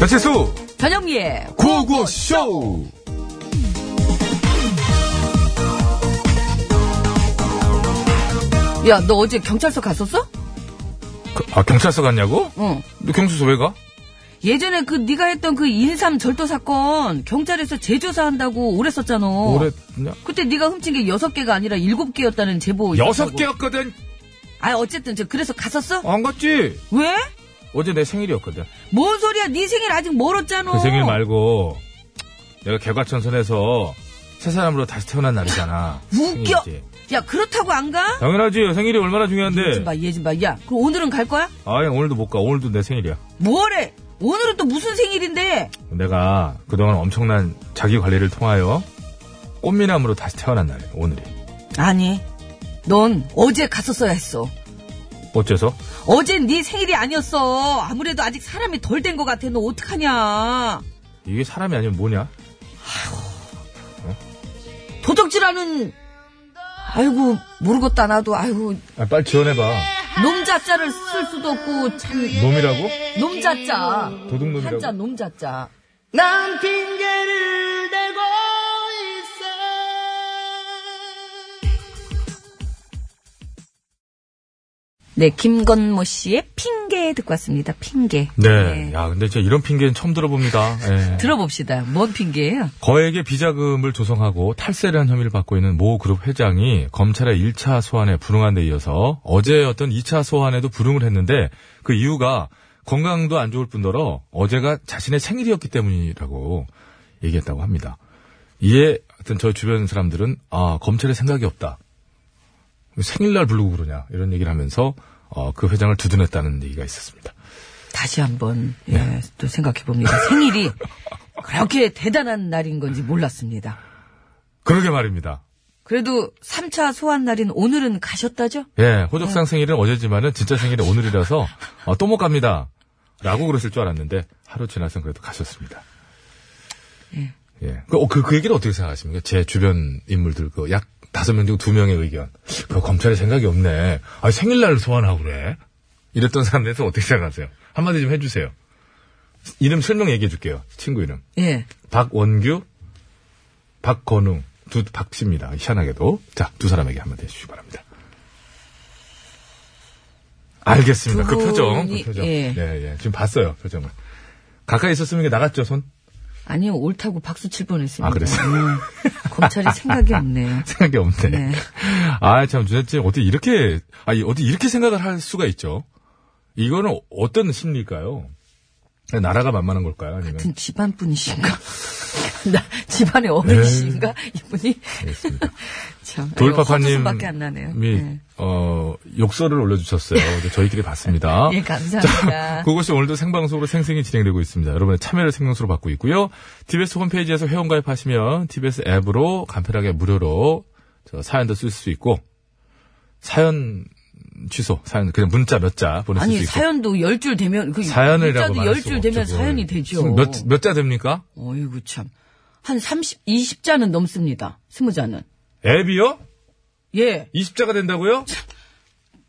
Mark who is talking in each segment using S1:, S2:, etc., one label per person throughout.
S1: 배칠수
S2: 전영미의
S1: 구호구쇼
S2: 야 너 어제 경찰서 갔었어?
S1: 아 경찰서 갔냐고?
S2: 응
S1: 너 경찰서 왜 가?
S2: 예전에 그 네가 했던 그 인삼 절도 사건 경찰에서 재조사한다고 오래 썼잖아
S1: 오래 냐
S2: 그때 네가 훔친 게 여섯 개가 아니라 일곱 개였다는 제보
S1: 여섯
S2: 있었다고.
S1: 개였거든
S2: 아 어쨌든 저 그래서 갔었어?
S1: 안 갔지
S2: 왜?
S1: 어제 내 생일이었거든
S2: 뭔 소리야 네 생일 아직 멀었잖아
S1: 그 생일 말고 내가 개과천선해서 새 사람으로 다시 태어난 날이잖아
S2: 웃겨
S1: 생일이지.
S2: 야 그렇다고 안 가?
S1: 당연하지 생일이 얼마나 중요한데
S2: 예진봐 예진봐 야 그럼 오늘은 갈 거야?
S1: 아예 오늘도 못 가 오늘도 내 생일이야
S2: 뭐래 오늘은 또 무슨 생일인데
S1: 내가 그동안 엄청난 자기 관리를 통하여 꽃미남으로 다시 태어난 날 오늘이
S2: 아니 넌 어제 갔었어야 했어
S1: 어째서?
S2: 어젠 네 생일이 아니었어. 아무래도 아직 사람이 덜 된 것 같아. 너 어떡하냐.
S1: 이게 사람이 아니면 뭐냐?
S2: 도적질하는 아이고 모르겠다 나도 아이고
S1: 아, 빨리 지원해봐
S2: 놈자자를 쓸 수도 없고 참
S1: 놈이라고?
S2: 놈자자
S1: 도둑놈이라고?
S2: 한자 놈자자
S3: 난 핑계를 대고 있어.
S2: 네 김건모 씨의 핑계 듣고 왔습니다 핑계
S1: 네. 야, 근데 진짜 이런 핑계는 처음 들어봅니다. 예.
S2: 들어봅시다 뭔 핑계예요
S1: 거액의 비자금을 조성하고 탈세를 한 혐의를 받고 있는 모 그룹 회장이 검찰의 1차 소환에 불응한 데 이어서 어제 어떤 2차 소환에도 불응을 했는데 그 이유가 건강도 안 좋을 뿐더러 어제가 자신의 생일이었기 때문이라고 얘기했다고 합니다. 이에 하여튼 저희 주변 사람들은 아, 검찰의 생각이 없다. 생일날 부르고 그러냐 이런 얘기를 하면서 어, 그 회장을 두둔했다는 얘기가 있었습니다.
S2: 다시 한번
S1: 네.
S2: 예, 또 생각해 봅니다 생일이 그렇게 대단한 날인 건지 몰랐습니다
S1: 그러게 말입니다.
S2: 그래도 3차 소환 날인 오늘은 가셨다죠?
S1: 예, 호적상 생일은 어제지만은 아, 진짜 생일은 오늘이라서 어, 또 못 갑니다. 라고 그랬을 줄 알았는데 하루 지나서 그래도 가셨습니다. 예. 그, 어, 그, 그 얘기를 어떻게 생각하십니까? 제 주변 인물들 그 약 다섯 명 중 두 명의 의견. 그 검찰의 생각이 없네. 아, 생일날 소환하고 그래. 이랬던 사람들한테 어떻게 생각하세요? 한마디 좀 해주세요. 이름 설명 얘기해 줄게요. 친구 이름.
S2: 예.
S1: 박원규, 박건웅 두 박씨입니다. 희한하게도 자 두 사람에게 한마디 해주시기 바랍니다. 알겠습니다.
S2: 두
S1: 그 표정, 그
S2: 분이,
S1: 표정.
S2: 예.
S1: 예. 예, 지금 봤어요 표정을. 가까이 있었으면 이게 나갔죠 손.
S2: 아니요, 옳다고 박수 칠 뻔했습니다.
S1: 아, 그랬어요?
S2: 음, 검찰이 생각이 없네요.
S1: 생각이 없네.
S2: 네.
S1: 아참 도대체 어떻게 이렇게 아니 어디 이렇게 생각을 할 수가 있죠? 이거는 어떤 심리일까요? 나라가 만만한 걸까요? 아니면
S2: 같은 집안 분이신가? 나 집안의 어른이신가? 이분이
S1: 알겠습니다.
S2: 참
S1: 네. 돌파파님 예,
S2: 밖에 안 나네요.
S1: 미-
S2: 네.
S1: 어, 욕설을 올려주셨어요. 근데 저희끼리 봤습니다.
S2: 예, 감사합니다.
S1: 어? 자, 그것이 오늘도 생방송으로 생생히 진행되고 있습니다. 여러분의 참여를 생명수로 받고 있고요. TBS 홈페이지에서 회원 가입하시면 TBS 앱으로 간편하게 무료로 저 사연도 쓸 수 있고 사연 취소, 사연 그냥 문자 몇 자 보내실 수
S2: 아니
S1: 있고
S2: 사연도 열 줄 되면 그
S1: 사연이라고
S2: 문자도
S1: 말할
S2: 열
S1: 수가
S2: 줄 되면
S1: 없죠,
S2: 사연이
S1: 그걸.
S2: 되죠.
S1: 몇, 몇 자 됩니까?
S2: 어이구 참. 한 30, 20자는 넘습니다. 20자는.
S1: 앱이요?
S2: 예.
S1: 20자가 된다고요?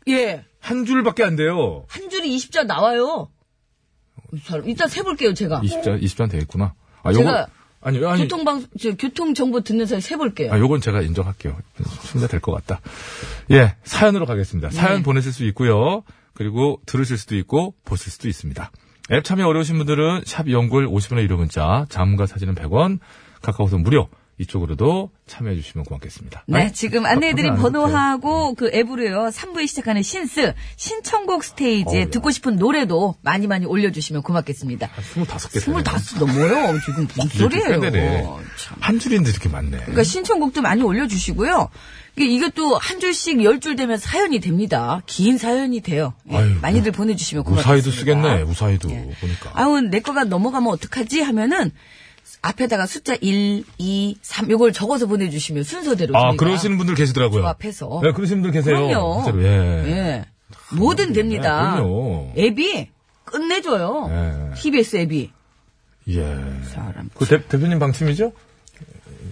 S2: 예.
S1: 한 줄밖에 안 돼요.
S2: 한 줄이 20자 나와요. 이 사람. 이따 세 볼게요, 제가.
S1: 20자, 20자는 되겠구나. 아, 요거.
S2: 제가
S1: 아니, 아니.
S2: 교통방 저 교통 정보 듣는 사이 세 볼게요.
S1: 아, 요건 제가 인정할게요. 혼자 될 것 같다. 예, 사연으로 가겠습니다.
S2: 네.
S1: 사연 보내실 수 있고요. 그리고 들으실 수도 있고 보실 수도 있습니다. 앱 참여 어려우신 분들은 샵 연골 50원의 유료 문자, 자문과 사진은 100원, 카카오톡 무료 이쪽으로도 참여해 주시면 고맙겠습니다.
S2: 네,
S1: 아이,
S2: 지금
S1: 아,
S2: 안내해드린
S1: 그건 안
S2: 번호하고 그 앱으로요, 3부에 시작하는 신스, 신청곡 스테이지에
S1: 어우야.
S2: 듣고 싶은 노래도 많이 많이 올려주시면 고맙겠습니다.
S1: 한 25개. 되네.
S2: 25도 뭐요? 지금 무슨
S1: 이렇게
S2: 소리예요?
S1: 빼내네.
S2: 참.
S1: 한 줄인데 이렇게 많네.
S2: 그러니까 신청곡도 많이 올려주시고요. 이게, 이게 또 한 줄씩 열 줄 되면 사연이 됩니다. 긴 사연이 돼요. 예,
S1: 아유, 뭐
S2: 많이들 보내주시면 고맙겠습니다. 예.
S1: 우사이도 쓰겠네, 우사이도. 보니까.
S2: 아우, 내 거가 넘어가면 어떡하지? 하면은, 앞에다가 숫자 1, 2, 3, 요걸 적어서 보내주시면 순서대로.
S1: 아,
S2: 저희가
S1: 그러시는 분들 계시더라고요.
S2: 조합해서.
S1: 네, 그러시는 분들 계세요.
S2: 그럼요.
S1: 실제로, 예.
S2: 예. 뭐든 됩니다.
S1: 네, 그럼요.
S2: 앱이 끝내줘요.
S1: 예.
S2: TBS 앱이.
S1: 예.
S2: 사람.
S1: 그 대, 대표님 방침이죠?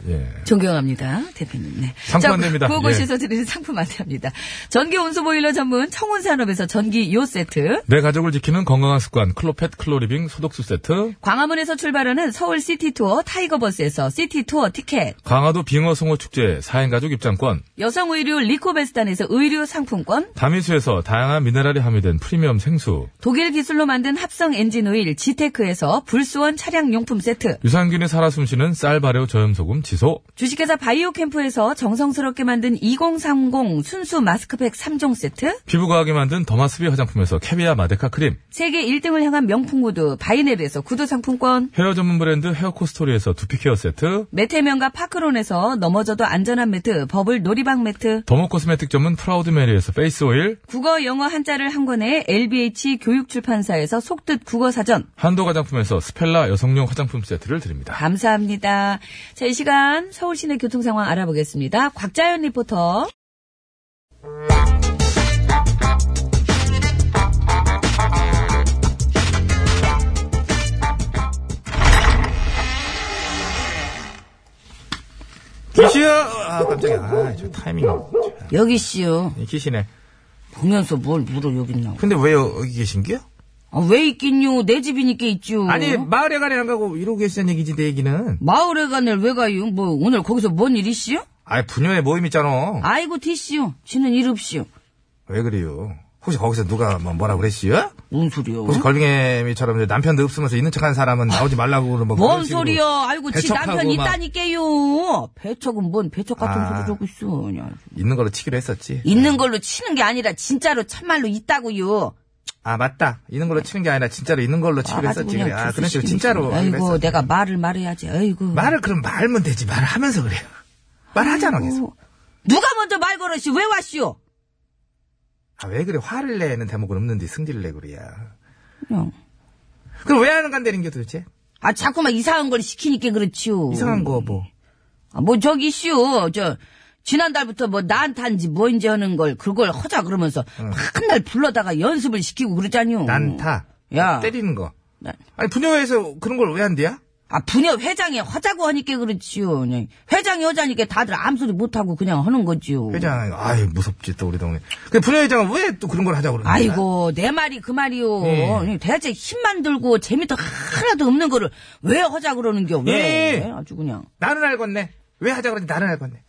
S1: 예.
S2: 존경합니다, 대표님. 네.
S1: 상품 안 됩니다. 예.
S2: 구호고시에서 드리는 상품 안됩니다. 전기 온수 보일러 전문 청운산업에서 전기 요 세트,
S1: 내 가족을 지키는 건강한 습관 클로펫 클로리빙 소독수 세트
S2: 광화문에서 출발하는 서울 시티 투어 타이거 버스에서 시티 투어 티켓,
S1: 강화도 빙어 송어 축제 4인 가족 입장권
S2: 여성 의류 리코베스탄에서 의류 상품권,
S1: 다미수에서 다양한 미네랄이 함유된 프리미엄 생수
S2: 독일 기술로 만든 합성 엔진 오일 지테크에서 불수원 차량 용품 세트,
S1: 유산균이 살아 숨쉬는 쌀 발효 저염소금 지소
S2: 주식회사 바이오캠프에서 정성스럽게 만든 2030 순수 마스크팩 3종 세트,
S1: 피부과학이 만든 더마스비 화장품에서 캐비아 마데카 크림
S2: 세계 1등을 향한 명품 구두 바이네르에서 구두 상품권,
S1: 헤어 전문 브랜드 헤어코스토리에서 두피 케어 세트
S2: 메테면과 파크론에서 넘어져도 안전한 매트, 버블 놀이방 매트,
S1: 더모 코스메틱 점은 프라우드 메리에서 페이스 오일
S2: 국어 영어 한자를 한 권에 LBH 교육출판사에서 속뜻 국어사전.
S1: 한도 화장품에서 스펠라 여성용 화장품 세트를 드립니다.
S2: 감사합니다. 자, 이 시간 서울 시내 교통 상황 알아보겠습니다. 곽자연 리포터.
S1: 기시야 아 깜짝이야 아저 타이밍
S2: 여기 씨요.
S1: 기시네
S2: 보면서 뭘 물어 여기 있나.
S1: 근데 왜 여기 계신 게요?
S2: 아, 왜 있긴요. 내 집이니까 있죠.
S1: 마을에 가래 안 가고 이러고 계시는 얘기지 내 얘기는
S2: 마을에 가늘 왜 가요? 뭐 오늘 거기서 뭔 일이 씨요?
S1: 아이 부녀의 모임 있잖아
S2: 아이고 티씨요. 지는 일 없이요.
S1: 왜 그래요 혹시 거기서 누가 뭐 뭐라 그랬어요?
S2: 뭔 소리요?
S1: 혹시 걸빙애미처럼 이제 남편도 없으면서 있는 척한 사람은 나오지 말라고 그러는 뭐
S2: 뭔
S1: 그런 식으로
S2: 소리요? 아이고, 지
S1: 배척하고
S2: 남편
S1: 막
S2: 있다니까요. 배척은 뭔 배척 같은
S1: 아.
S2: 소리 하고 있어. 그냥.
S1: 있는 걸로 치기로 했었지
S2: 있는 걸로 치는 게 아니라 진짜로 참말로 있다고요.
S1: 아 맞다 있는 걸로 치는 게 아니라 진짜로 있는 걸로 치기로
S2: 아주
S1: 했었지
S2: 그냥
S1: 그래. 아 그런 식으로
S2: 조수시키네.
S1: 진짜로 하기로
S2: 아이고,
S1: 했었지.
S2: 내가 말을 말해야지. 아이고.
S1: 말을 그럼 말면 되지 말을 하면서 그래요 말하잖아 계속
S2: 누가 먼저 말 걸었시? 왜 왔시오?
S1: 아 왜 그래 화를 내는 대목은 없는데 승질을 내 그래야
S2: 그냥.
S1: 그럼 왜 하는 간다는 게 도대체
S2: 아, 자꾸만 이상한 걸 시키니까 그렇지요.
S1: 이상한 거뭐
S2: 아, 뭐, 저기, 씨요. 저, 지난달부터 뭐, 나한테 한지 뭔지 하는 걸, 그걸 하자 그러면서, 맨날 불러다가 연습을 시키고 그러잖요.
S1: 난타
S2: 야.
S1: 때리는 거
S2: 네.
S1: 아니 부녀회에서 그런 걸 왜 한대야?
S2: 아, 부녀 회장이 하자고 하니까 그렇지요. 그냥 회장이 하자니까 다들 아무 소리 못하고 그냥 하는 거지요.
S1: 회장 아유 무섭지 또 우리 동네 근데 부녀회장은 왜 또 그런 걸 하자고 그러는 거야?
S2: 아이고, 내 말이 그 말이요.
S1: 예.
S2: 아니, 대체 힘만 들고 재미도 하나도 없는 거를 왜 하자 그러는겨, 왜?
S1: 예.
S2: 아주 그냥.
S1: 나는 알겠네 왜 하자고 그러는지 나는 알겠네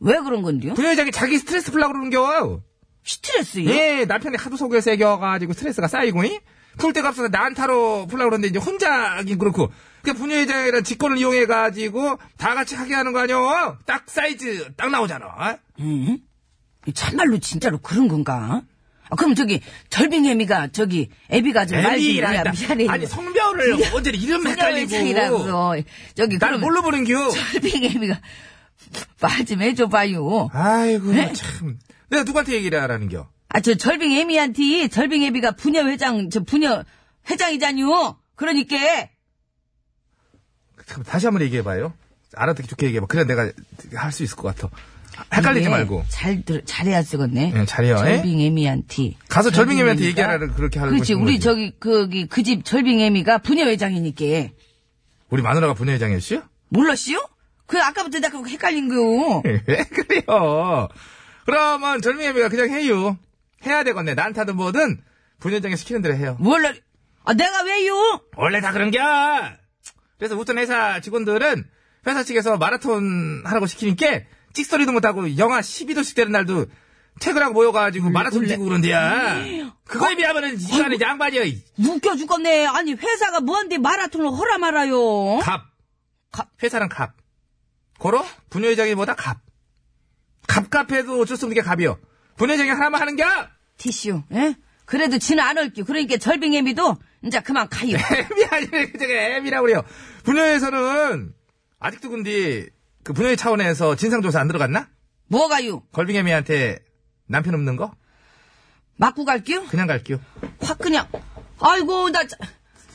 S2: 왜 그런 건데요?
S1: 부녀회장이 자기 스트레스 풀라고 그러는 겨
S2: 스트레스요?
S1: 예, 남편이 하도 속여 새겨가지고 스트레스가 쌓이고, 이? 풀 데가 없어서 난타로 풀라고 그러는데, 이제 혼자 하긴 그렇고. 그니까 분유회장이란 직권을 이용해가지고, 다 같이 하게 하는 거 아니오? 딱 사이즈, 딱 나오잖아. 어?
S2: 참말로 진짜로 그런 건가? 아, 그럼 저기, 절빙애미가, 저기, 애비가 좀 말지.
S1: 애비랑
S2: 야,
S1: 다-
S2: 미안해.
S1: 아니, 성별을 어제 이름 헷갈리고.
S2: 상이라서 저기,
S1: 날
S2: 그럼
S1: 뭘로 보는 겨?
S2: 절빙애미가 말 좀 해줘봐요.
S1: 아이고, 참. 내가 누구한테 얘기를 하라는 겨?
S2: 아, 저 절빙애미한테 절빙애비가 부녀회장, 저 부녀회장이잖요. 그러니까.
S1: 참, 다시 한번 얘기해봐요. 알아듣기 좋게 얘기해봐. 그래야 내가 할 수 있을 것 같아. 헷갈리지
S2: 이게
S1: 말고.
S2: 네, 잘, 들, 잘해야 쓰겠네.
S1: 응, 잘해요, 예?
S2: 절빙애미한테.
S1: 가서 절빙애미한테
S2: 절빙애미가-
S1: 얘기하라를 그렇게 하려고
S2: 그렇지.
S1: 싶은
S2: 우리
S1: 거지.
S2: 저기, 거기, 그 집 절빙애미가 부녀회장이니까.
S1: 우리 마누라가 분유회장이었어요?
S2: 몰랐시요? 그, 아까부터 나 그거 헷갈린 거요.
S1: 왜 그래요? 그러면 절미애비가 그냥 해요. 해야 되겠네. 난타든 뭐든 분연장에 시키는 대로 해요.
S2: 몰라. 아, 내가 왜요?
S1: 원래 다 그런겨. 그래서 우선 회사 직원들은 회사 측에서 마라톤 하라고 시키니까 찍소리도 못하고 영하 12도씩 되는 날도 퇴근하고 모여가지고 마라톤 뛰고 그런데야. 그거에 비하면은 이 시간에 양반이야. 이
S2: 웃겨 죽겠네. 아니, 회사가 뭔데 마라톤을 허라 말아요.
S1: 갑.
S2: 어? 갑.
S1: 회사는 갑. 고로 분여회장이 뭐다 갑. 갑갑해도 어쩔 수 없는 게 갑이요. 분여회장이 하나만 하는겨.
S2: 티슈, 예? 그래도 지는 안 올게요. 그러니까 절빙애미도, 이제 그만 가요.
S1: 애미 아니래 제가 애미라고 그래요. 분야에서는 아직도 근데 그 분야의 차원에서 진상조사 안 들어갔나?
S2: 뭐가요?
S1: 걸빙 애미한테 남편 없는 거?
S2: 맞고 갈게요?
S1: 그냥 갈게요.
S2: 확 그냥. 아이고, 나, 자-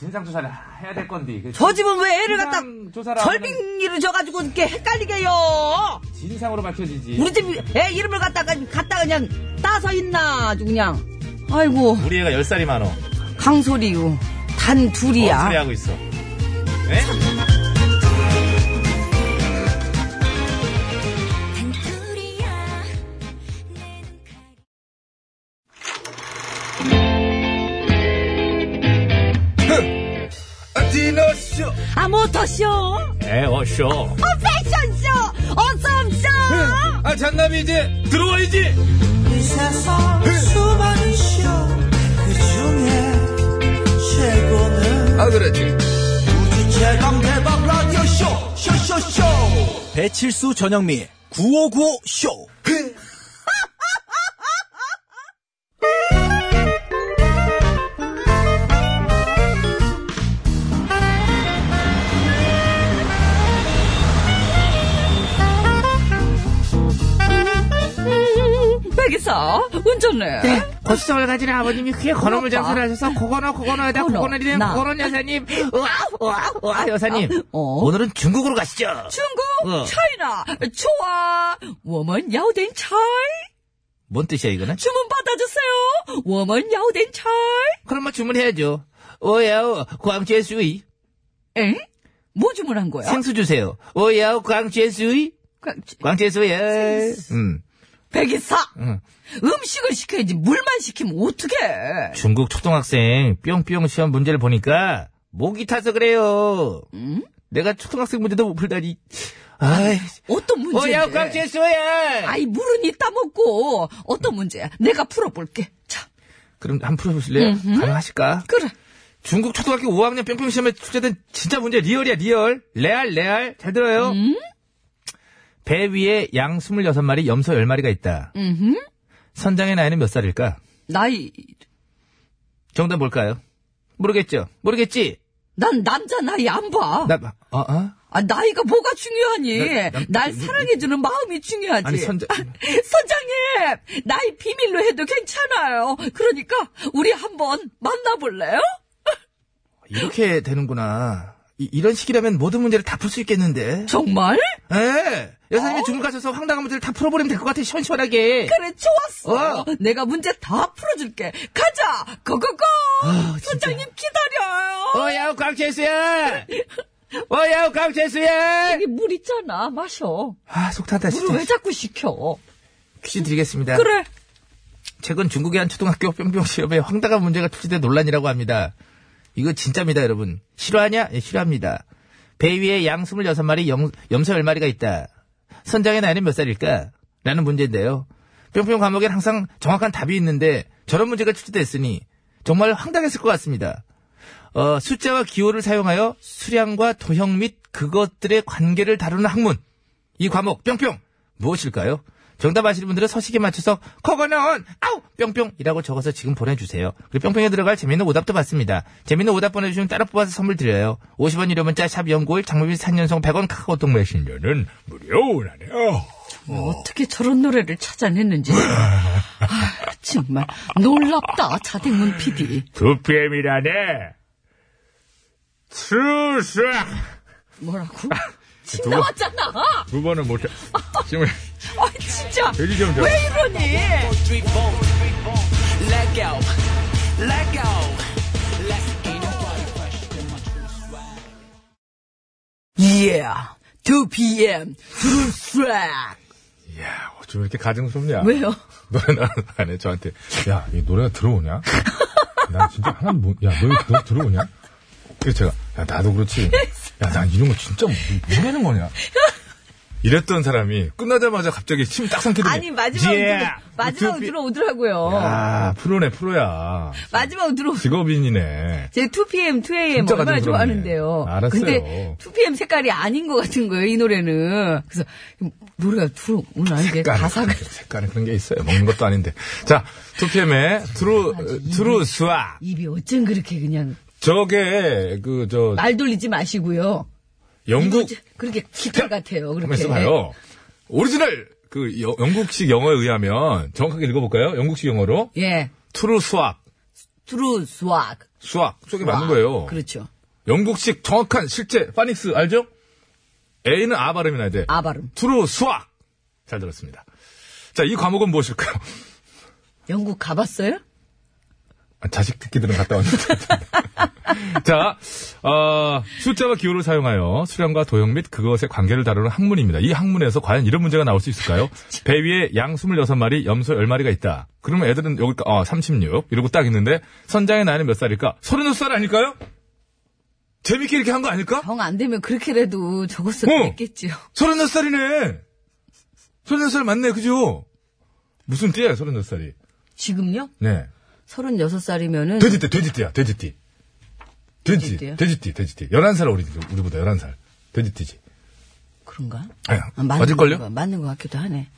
S1: 진상조사를 해야 될 건데.
S2: 저 집은 왜 애를 갖다
S1: 그냥 조사를
S2: 절빙이를 져가지고 이렇게 헷갈리게요.
S1: 진상으로 밝혀지지.
S2: 우리 집 애 이름을 갖다가 갖다 그냥 따서 있나 아주 그냥. 아이고
S1: 우리 애가 열살이 많어.
S2: 강소리요. 단
S1: 어, 네?
S2: 둘이야.
S1: 있어.
S4: 디너쇼!
S2: 아 모터쇼 어
S1: 네,
S4: 에어쇼!
S2: 패션쇼 어썸쇼
S4: 아, 잔남이 이제 들어와야지!
S5: 이 세상 수많은 쇼그 중에 최고는
S4: 아, 그렇지.
S5: 우주 최강 대박 라디오 쇼 쇼쇼쇼 배칠수 전영미 9595 쇼.
S1: 네.
S2: 백이사 운전해
S1: 고추장을 네, 가진 아버님이 크게 건어물 장사를 하셔서 고건어 고건어 여자
S2: 고건어,
S1: 고건어 리는
S2: 나.
S1: 고건어 여사님 우와 우와 우와 여사님
S2: 어?
S1: 오늘은 중국으로 가시죠
S2: 중국
S1: 어.
S2: 차이나 좋아 워먼 야오된 찰
S1: 뭔 뜻이야 이거는?
S2: 주문 받아주세요 워먼 야오된 찰
S1: 그럼 뭐 주문해야죠 오야오 광주의 수이
S2: 엥? 뭐 주문한 거야? 그,
S1: 생수 주세요 오야오 광주의 수이 광주의 수이 음.
S2: 백이사 음식을 시켜야지 물만 시키면 어떡해
S1: 중국 초등학생 뿅뿅 시험 문제를 보니까 목이 타서 그래요 내가 초등학생 문제도 못 풀다니 아이
S2: 어떤 문제
S1: 오야오 광주의 수야
S2: 아이 물은 이따 먹고 어떤 문제야 내가 풀어볼게 자
S1: 그럼 한번 풀어보실래요? 가능하실까?
S2: 그래
S1: 중국 초등학교 5학년 뿅뿅 시험에 출제된 진짜 문제 리얼이야 리얼 레알 레알 잘 들어요
S2: 음?
S1: 배 위에 양 26마리 염소 10마리가 있다
S2: 음흠.
S1: 선장의 나이는 몇 살일까?
S2: 나이
S1: 정답 뭘까요? 모르겠죠? 모르겠지?
S2: 난 남자 나이 안봐
S1: 나, 어, 어?
S2: 아, 나이가 뭐가 중요하니?
S1: 나- 남-
S2: 날 사랑해주는 마음이 중요하지.
S1: 아니, 선장-
S2: 선장님! 나이 비밀로 해도 괜찮아요. 그러니까, 우리 한번 만나볼래요?
S1: 이렇게 되는구나 이, 런 식이라면 모든 문제를 다 풀 수 있겠는데
S2: 정말?
S1: 예 여사님이 주문 가셔서 황당한 문제를 다 풀어버리면 될 것 같아 시원시원하게
S2: 어? 그래, 좋았어.
S1: 어.
S2: 내가 문제 다 풀어줄게. 가자! 고고고! 선장님 기다려요.
S1: 아, 어야우 강채수야 어야우 강채수야
S2: 여기 물 있잖아. 마셔.
S1: 아, 속 탄다,
S2: 물을
S1: 진짜.
S2: 왜 자꾸 시켜?
S1: 퀴즈 드리겠습니다.
S2: 그래.
S1: 최근 중국의 한 초등학교 뿅뿅 시험에 황당한 문제가 출제된 논란이라고 합니다. 이거 진짜입니다, 여러분. 실화냐? 예, 실화입니다. 배 위에 양 26마리, 염, 염소 10마리가 있다. 선장의 나이는 몇 살일까? 라는 문제인데요. 뿅뿅 과목엔 항상 정확한 답이 있는데 저런 문제가 출제됐으니 정말 황당했을 것 같습니다. 어, 숫자와 기호를 사용하여 수량과 도형 및 그것들의 관계를 다루는 학문. 이 과목 뿅뿅 무엇일까요? 정답 아시는 분들은 서식에 맞춰서 커거는 아우 뿅뿅이라고 적어서 지금 보내주세요. 그리고 뿅뿅에 들어갈 재밌는 오답도 받습니다. 재밌는 오답 보내주시면 따로 뽑아서 선물 드려요. 50원 유료 문자 샵 연구일 장모비 3년송 100원 카카오톡 메신저는 무료라네요.
S2: 어떻게 저런 노래를 찾아냈는지. 아, 정말 놀랍다. 자댕문 PD.
S4: 2PM이라네. 추수!
S2: 뭐라고? 침 나왔잖아.
S4: 두 번은 못해. 지금
S2: 아 진짜
S4: 돼지 좀 줘.
S2: 왜 이러니? Yeah, 2 p.m. 드루락
S4: 야, 어쩜 이렇게 가증스럽냐?
S2: 왜요?
S4: 노래 나가는 안에 저한테 야, 이 노래가 들어오냐? 난 진짜 하나 못, 야, 너, 이거 너 들어오냐? 그래서 제가 야, 나도 그렇지. 야, 난 이런 거 진짜 뭐, 뭐라는 거냐? 이랬던 사람이 끝나자마자 갑자기 침 딱 삼키더니
S2: 아니 마지막으로
S4: Yeah.
S2: 들어, 마지막으로
S4: 두 피-
S2: 들어오더라고요.
S4: 아, 프로네, 프로야.
S2: 마지막으로 들어.
S4: 직업인이네.
S2: 제 2pm, 2am
S4: 진짜
S2: 얼마나
S4: 가슴
S2: 좋아하는데요.
S4: 부럽네. 알았어요.
S2: 근데 2pm 색깔이 아닌 것 같은 거예요, 이 노래는. 그래서 노래가 들어 오늘 이제
S4: 색깔,
S2: 가사가
S4: 색깔은 그런 게 있어요. 먹는 것도 아닌데. 자, 2PM의 트루,
S2: 아,
S4: 트루 수아.
S2: 입이 어쩜 그렇게 그냥
S4: 저게, 그, 저,
S2: 말 돌리지 마시고요.
S4: 영국,
S2: 이거 그렇게 기타 같아요.
S4: 한번
S2: 그렇게.
S4: 써봐요. 오리지널, 그, 여- 영국식 영어에 의하면, 정확하게 읽어볼까요? 영국식 영어로.
S2: 예.
S4: 트루 수압.
S2: 트루 스왁.
S4: 수압. 저게 맞는 거예요.
S2: 그렇죠.
S4: 영국식 정확한 실제, 파닉스, 알죠? A는 아 발음이 나야 돼.
S2: 아 발음.
S4: 트루 수압. 잘 들었습니다. 자, 이 과목은 무엇일까요?
S2: 영국 가봤어요?
S4: 아, 자식 듣기들은 갔다 왔는데. 자, 어, 숫자와 기호를 사용하여 수량과 도형 및 그것의 관계를 다루는 학문입니다. 이 학문에서 과연 이런 문제가 나올 수 있을까요? 배 위에 양 26마리, 염소 10마리가 있다. 그러면 애들은 여기, 어, 36. 이러고 딱 있는데, 선장의 나이는 몇 살일까? 36살 아닐까요? 재밌게 이렇게 한 거 아닐까?
S2: 정 안 되면 그렇게라도 적었을 때
S4: 어.
S2: 됐겠지요.
S4: 서른네 살이네. 서른네 살 맞네, 그죠? 무슨 띠야, 서른네 살이?
S2: 지금요?
S4: 네.
S2: 36살이면은
S4: 돼지띠, 돼지띠야, 돼지띠. 돼지띠,
S2: 돼지띠요?
S4: 돼지띠, 돼지띠. 11살 어리지, 우리보다 11살. 돼지띠지.
S2: 그런가?
S4: 아유,
S2: 아, 맞는
S4: 맞을걸요? 뭐.
S2: 거- 맞는 것 같기도 하네.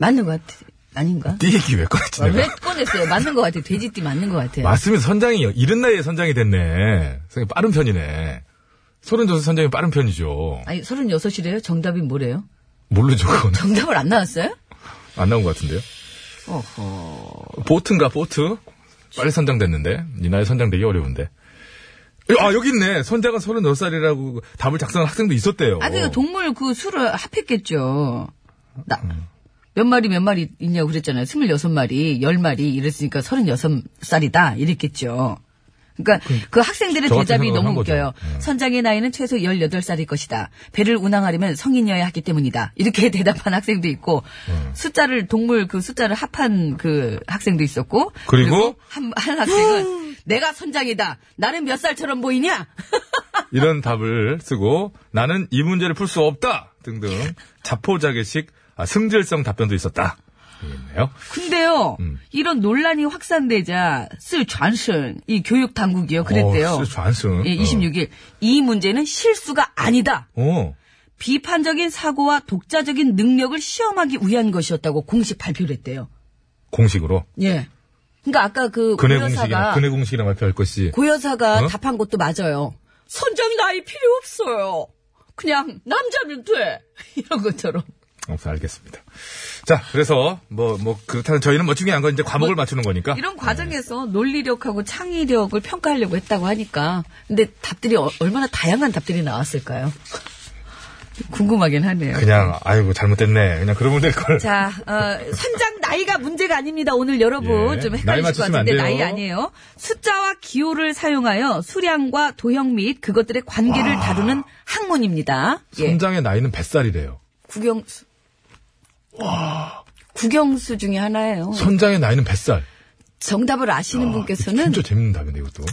S2: 맞는 것 같아. 아닌가?
S4: 띠네 얘기 왜 꺼냈지, 내가?
S2: 왜 꺼냈어요? 맞는 것 같아요. 돼지띠 맞는 것 같아요.
S4: 맞으면 선장이, 이른 나이에 선장이 됐네. 선장이 빠른 편이네. 서른여섯 선장이 빠른 편이죠.
S2: 아니, 36이래요? 정답이 뭐래요?
S4: 모르죠, 그거는.
S2: 정답을 안 나왔어요?
S4: 안 나온 것 같은데요.
S2: 어허.
S4: 보트인가, 보트? 빨리 선장됐는데. 이 나이 선장되기 어려운데. 아, 여기 있네. 선장은 36살이라고 답을 작성한 학생도 있었대요.
S2: 아, 그 동물 그 수를 합했겠죠. 나, 몇 마리 몇 마리 있냐고 그랬잖아요. 26마리, 10마리 이랬으니까 36살이다. 이랬겠죠. 그러니까 그 학생들의
S4: 저 같은
S2: 대답이
S4: 생각을
S2: 너무
S4: 한 거죠. 예.
S2: 웃겨요. 선장의 나이는 최소 18살일 것이다. 배를 운항하려면 성인이어야 하기 때문이다. 이렇게 대답한 학생도 있고
S4: 예.
S2: 숫자를 동물 그 숫자를 합한 그 학생도 있었고
S4: 그리고?
S2: 한, 한 학생은 내가 선장이다. 나는 몇 살처럼 보이냐?
S4: 이런 답을 쓰고 나는 이 문제를 풀 수 없다 등등 자포자기식 아, 승질성 답변도 있었다. 이겠네요.
S2: 근데요,
S4: 음.
S2: 이런 논란이 확산되자, 쓸 좌슨, 이 교육 당국이요, 그랬대요.
S4: 어, 좌승.
S2: 예, 26일. 이 문제는 실수가 아니다.
S4: 어.
S2: 비판적인 사고와 독자적인 능력을 시험하기 위한 것이었다고 공식 발표를 했대요.
S4: 공식으로
S2: 예. 그러니까 아까 그
S4: 근해 공식이나
S2: 고여사가,
S4: 근해 공식이나 발표할 것이
S2: 고여사가
S4: 어?
S2: 답한 것도 맞아요. 선장 나이 필요 없어요. 그냥 남자면 돼. 이런 것처럼.
S4: 없어 알겠습니다. 자 그래서 뭐 뭐 그렇다는 저희는 뭐 중요한 건 이제 과목을 맞추는 거니까
S2: 이런 과정에서 논리력하고 창의력을 평가하려고 했다고 하니까 근데 답들이 어- 얼마나 다양한 답들이 나왔을까요? 궁금하긴 하네요.
S4: 그냥 아이고 잘못됐네 그냥 그러면 될 걸.
S2: 자, 어, 선장 나이가 문제가 아닙니다. 오늘 여러분
S4: 예.
S2: 좀
S4: 나이
S2: 헷갈리실 것
S4: 맞추시면 안
S2: 같은데
S4: 돼요.
S2: 나이 아니에요. 숫자와 기호를 사용하여 수량과 도형 및 그것들의 관계를 다루는 학문입니다. 예.
S4: 아. 선장의 나이는 뱃살이래요.
S2: 구경수. 구경수 중에 하나예요.
S4: 선장의 나이는 뱃살.
S2: 정답을 아시는 분께서는
S4: 진짜 재밌는 답인데 이것도.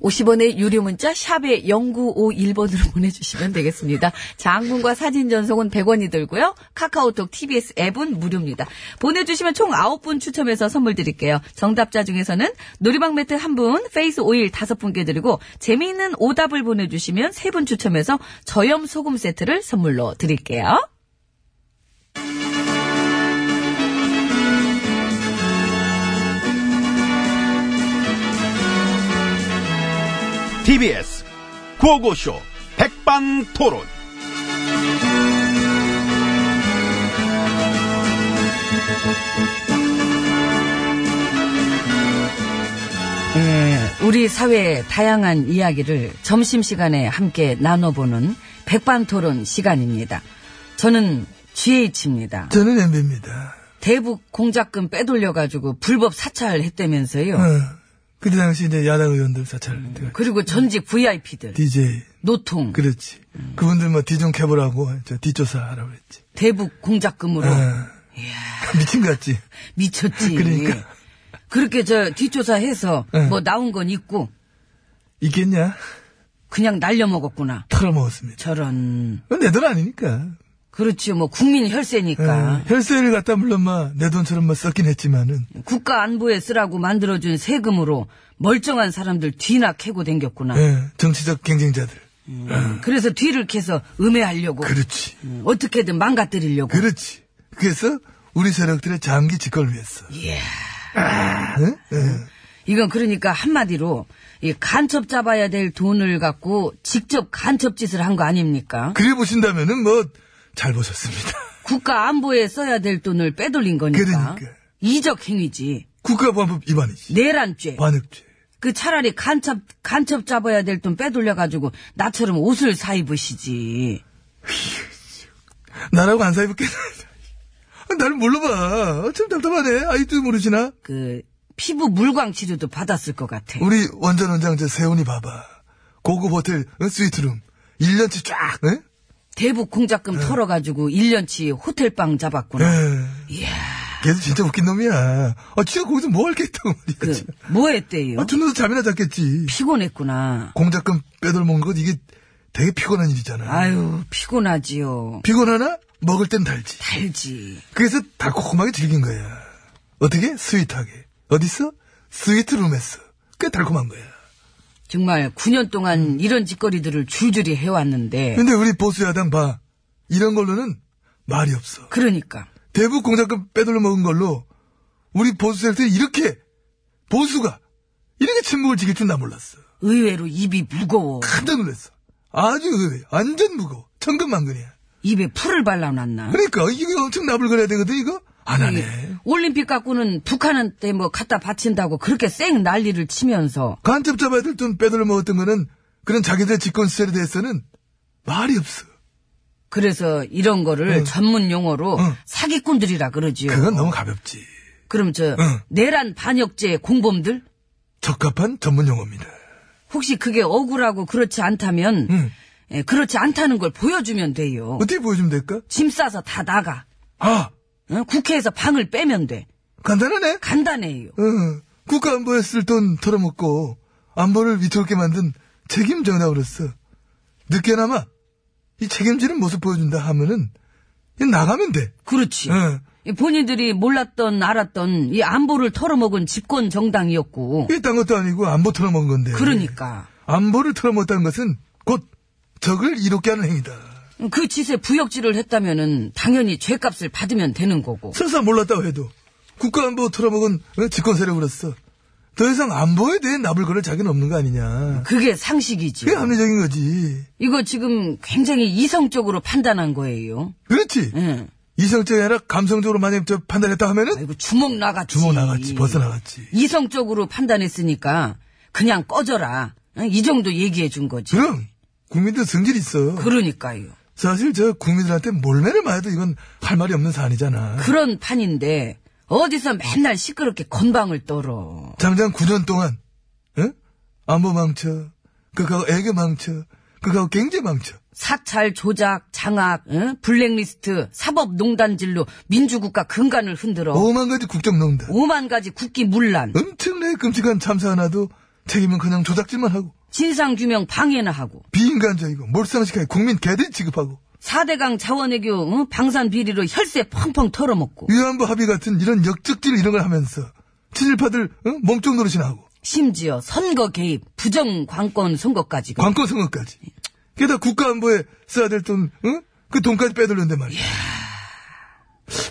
S2: 50원의 유료 문자 샵에 0951번으로 보내주시면 되겠습니다. 장문과 사진 전송은 100원이 들고요. 카카오톡 TBS 앱은 무료입니다. 보내주시면 총 9분 추첨해서 선물 드릴게요. 정답자 중에서는 놀이방 매트 1분, 페이스 오일 5분께 드리고 재미있는 오답을 보내주시면 3분 추첨해서 저염 소금 세트를 선물로 드릴게요.
S6: TBS 구호고쇼 백반토론.
S2: 예, 우리 사회의 다양한 이야기를 점심시간에 함께 나눠보는 백반토론 시간입니다. 저는 GH입니다.
S1: 저는 엠비입니다.
S2: 대북 공작금 빼돌려가지고 불법 사찰했다면서요.
S1: 네. 그때 당시 이제 야당 의원들
S5: 음.
S1: 사찰,
S2: 그리고 전직 VIP들,
S1: DJ,
S2: 노통,
S1: 네. 그렇지.
S5: 음.
S1: 그분들 뭐 뒤 좀 캐보라고, 저 뒷조사 하라고 그랬지.
S2: 대북 공작금으로
S1: 미친 것 같지?
S2: 미쳤지.
S1: 네. 그러니까. 네.
S2: 렇게저 뒷조사해서 뭐 나온 건 있고
S1: 있겠냐?
S2: 그냥 날려먹었구나.
S1: 털어먹었습니다.
S2: 저런.
S1: 그건 내 돈 아니니까.
S2: 그렇지 뭐 국민 혈세니까.
S1: 예, 혈세를 갖다 물론 막 내 돈처럼 막 썼긴 했지만은
S2: 국가 안보에 쓰라고 만들어준 세금으로 멀쩡한 사람들 뒤나 캐고 댕겼구나. 음,
S1: 예, 정치적 경쟁자들.
S2: 그래서 뒤를 캐서 음해하려고.
S1: 그렇지.
S2: 음, 어떻게든 망가뜨리려고.
S1: 그렇지. 그래서 우리 세력들의 장기 집권을 위해서.
S2: 이건 그러니까 한마디로 이 간첩 잡아야 될 돈을 갖고 직접 간첩 짓을 한 거 아닙니까?
S1: 그래 보신다면은 뭐 잘 보셨습니다.
S2: 국가 안보에 써야 될 돈을 빼돌린 거니까.
S1: 그러니까.
S2: 이적 행위지.
S1: 국가보안법 위반이지.
S2: 내란죄.
S1: 반역죄.
S2: 그 차라리 간첩 간첩 잡아야 될 돈 빼돌려 가지고 나처럼 옷을 사 입으시지.
S1: 나라고 안 사입을게. 나를 뭘로 봐. 참 답답하네. 아이도 모르시나?
S2: 그 피부 물광 치료도 받았을 것 같아.
S1: 우리 원전 원장 저 세훈이 봐봐. 고급 호텔 어, 스위트룸. 1년치 쫙. 예?
S7: 네.
S2: 대북 공작금 털어가지고 1년치 호텔방 잡았구나.
S1: 예.
S7: 걔도 진짜 웃긴 놈이야. 아, 지가 거기서 뭐 할 게 있다고
S2: 그,
S7: 말이야.
S2: 뭐 했대요?
S7: 아, 눈에서 잠이나 잤겠지.
S2: 피곤했구나.
S7: 공작금 빼돌먹는 건 이게 되게 피곤한 일이잖아.
S2: 아유, 피곤하지요.
S7: 피곤하나? 먹을 땐 달지.
S2: 달지.
S7: 그래서 달콤하게 즐긴 거야. 어떻게? 스윗하게. 어딨어? 스위트룸에서. 꽤 달콤한 거야.
S2: 정말 9년 동안 이런 짓거리들을 줄줄이 해왔는데.
S7: 근데 우리 보수야당 봐. 이런 걸로는 말이 없어.
S2: 그러니까.
S7: 대북 공작금 빼돌려 먹은 걸로 우리 보수 세력들이 이렇게 보수가 이렇게 침묵을 지킬 줄 나 몰랐어.
S2: 의외로 입이 무거워.
S7: 깜짝 놀랐어. 아주 의외. 완전 무거워. 천근만근이야.
S2: 입에 풀을 발라놨나?
S7: 그러니까 이게 엄청 나불거려야 되거든 이거? 안 하네.
S2: 이 올림픽 갖고는 북한한테 뭐 갖다 바친다고 그렇게 쌩 난리를 치면서
S7: 간첩 잡아야 될 돈 빼돌려 먹었던 거는 그런 자기들의 집권 시설에 대해서는 말이 없어.
S2: 그래서 이런 거를 전문 용어로
S7: 응.
S2: 사기꾼들이라 그러지요.
S7: 그건 너무 가볍지.
S2: 그럼 저
S7: 응.
S2: 내란 반역죄 공범들
S7: 적합한 전문 용어입니다.
S2: 혹시 그게 억울하고 그렇지 않다면
S7: 응. 그
S2: 예, 그렇지 않다는 걸 보여주면 돼요.
S7: 어떻게 보여주면 될까?
S2: 짐 싸서 다 나가.
S7: 아!
S2: 어? 국회에서 방을 빼면 돼.
S7: 간단하네?
S2: 간단해요.
S7: 응. 국가 안보에 쓸 돈 털어먹고 안보를 위태롭게 만든 책임 정당으로서 늦게나마 이 책임지는 모습 보여준다 하면은 이거 나가면 돼. 어,
S2: 그렇지.
S7: 응.
S2: 이 본인들이 몰랐던 알았던 이 안보를 털어먹은 집권 정당이었고
S7: 이딴 것도 아니고 안보 털어먹은 건데.
S2: 그러니까
S7: 안보를 털어먹었다는 것은 곧 적을 이롭게 하는 행위다.
S2: 그 짓에 부역질을 했다면은 당연히 죄값을 받으면 되는 거고
S7: 설사 몰랐다고 해도 국가 안보 털어먹은 어, 집권 세력으로서 더 이상 안보에 대해 나불거릴 자기는 없는 거 아니냐.
S2: 그게 상식이지.
S7: 그게 합리적인 거지.
S2: 이거 지금 굉장히 이성적으로 판단한 거예요.
S7: 그렇지.
S2: 응.
S7: 이성적이 아니라 감성적으로 만약 저 판단했다 하면은
S2: 아이고 주먹 나갔지.
S7: 주먹 나갔지, 벌써 나갔지.
S2: 이성적으로 판단했으니까 그냥 꺼져라. 응? 이 정도 얘기해 준 거지.
S7: 그럼 국민들 성질 있어.
S2: 그러니까요.
S7: 사실 저 국민들한테 몰매를 맞아도 이건 할 말이 없는 사안이잖아.
S2: 그런 판인데 어디서 맨날 시끄럽게 건방을 떨어.
S7: 당장 9년 동안 응? 안보 망쳐, 그거 애교 망쳐, 그거 경제 망쳐.
S2: 사찰 조작, 장악, 응? 블랙리스트, 사법농단질로 민주국가 근간을 흔들어. 오...
S7: 오만 가지 국정농단.
S2: 5만 가지 국기 문란.
S7: 엄청나게 끔찍한 참사 하나도 책임은 그냥 조작질만 하고
S2: 진상규명 방해나 하고.
S7: 비인간적이고 몰상식하게 국민 개들 취급하고
S2: 4대강 자원외교 응? 방산 비리로 혈세 펑펑 털어먹고
S7: 위안부 합의 같은 이런 역적질 이런 걸 하면서 친일파들 응? 몸종 노릇이나 하고
S2: 심지어 선거 개입 부정 관권 선거까지
S7: 관건 선거까지. 게다가 국가 안보에 써야 될 돈, 응? 그 돈까지 빼돌렸는데 말이야.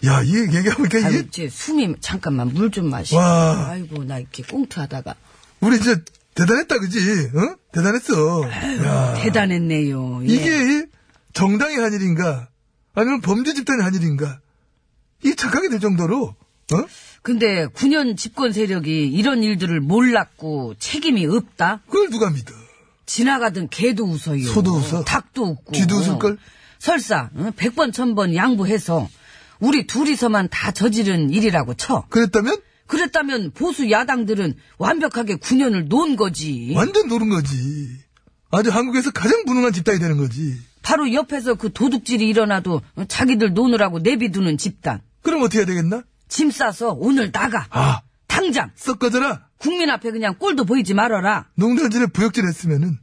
S7: 야, 이 얘기하니까
S2: 아유,
S7: 이게,
S2: 이제 숨이 잠깐만 물 좀 마시.
S7: 와.
S2: 아이고 나 이렇게 꽁트하다가
S7: 우리 진짜 대단했다, 그지? 응? 대단했어.
S2: 네.
S7: 야,
S2: 대단했네요. 예.
S7: 아. 이게 정당의 한 일인가? 아니면 범죄 집단의 한 일인가? 이게 착하게 될 정도로, 어?
S2: 근데 9년 집권 세력이 이런 일들을 몰랐고 책임이 없다.
S7: 그걸 누가 믿어?
S2: 지나가던 개도 웃어요.
S7: 소도 웃어.
S2: 닭도 웃고. 어.
S7: 쥐도 웃을걸?
S2: 설사 응? 100번 1000번 양보해서 우리 둘이서만 다 저지른 일이라고 쳐.
S7: 그랬다면?
S2: 그랬다면 보수 야당들은 완벽하게 9년을 논 거지.
S7: 완전 노른 거지. 아주 한국에서 가장 무능한 집단이 되는 거지.
S2: 바로 옆에서 그 도둑질이 일어나도 자기들 노느라고 내비두는 집단.
S7: 그럼 어떻게 해야 되겠나?
S2: 짐 싸서 오늘 나가.
S7: 아.
S2: 당장
S7: 썩 꺼져라!
S2: 국민 앞에 그냥 꼴도 보이지 말아라.
S7: 농단질에 부역질 했으면은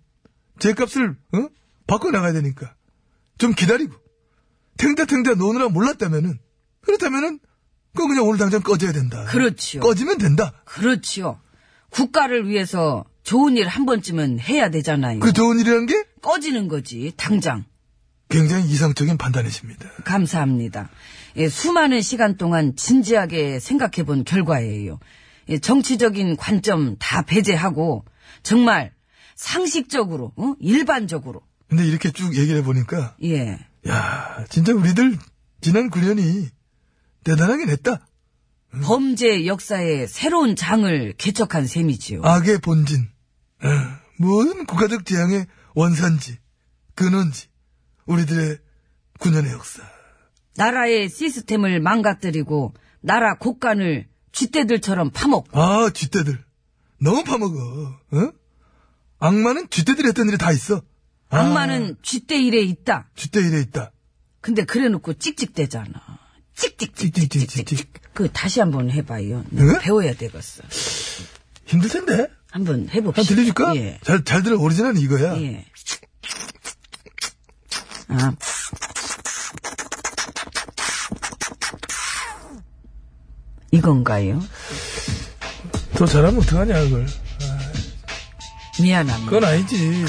S7: 죄값을 어? 바꿔 나가야 되니까 좀 기다리고 탱자탱자 노느라 몰랐다면은 그렇다면은 그거 그냥 오늘 당장 꺼져야 된다.
S2: 그렇지요. 네.
S7: 꺼지면 된다.
S2: 그렇지요. 국가를 위해서 좋은 일 한 번쯤은 해야 되잖아요.
S7: 그 좋은 일이라는 게
S2: 꺼지는 거지. 당장.
S7: 굉장히 이상적인 판단이십니다.
S2: 감사합니다. 예, 수많은 시간 동안 진지하게 생각해 본 결과예요. 예, 정치적인 관점 다 배제하고 정말 상식적으로 어? 일반적으로
S7: 근데 이렇게 쭉 얘기를 해보니까
S2: 예.
S7: 야 진짜 우리들 지난 9년이 대단하긴 했다.
S2: 범죄 역사의 새로운 장을 개척한 셈이지요.
S7: 악의 본진. 어, 모든 국가적 지향의 원산지, 근원지, 우리들의 9년의 역사.
S2: 나라의 시스템을 망가뜨리고 나라 곳간을 쥐떼들처럼 파먹고
S7: 아, 쥐떼들. 너무 파먹어. 응? 악마는 쥐떼들이 했던 일이 다 있어. 아,
S2: 악마는 쥐떼 일에 있다.
S7: 쥐떼 일에 있다.
S2: 근데 그래놓고 찍찍대잖아.
S7: 찍찍찍찍찍찍.
S2: 그 다시 한번 해봐요.
S7: 네?
S2: 배워야 되겠어.
S7: 힘들 텐데.
S2: 한번 해봅시다.
S7: 한 들려줄까?
S2: 예.
S7: 잘, 잘 들어. 오리지널은 이거야.
S2: 예. 아. 이건가요?
S7: 더 잘하면 어떡하냐, 그걸.
S2: 미안합니다.
S7: 그건 아니지.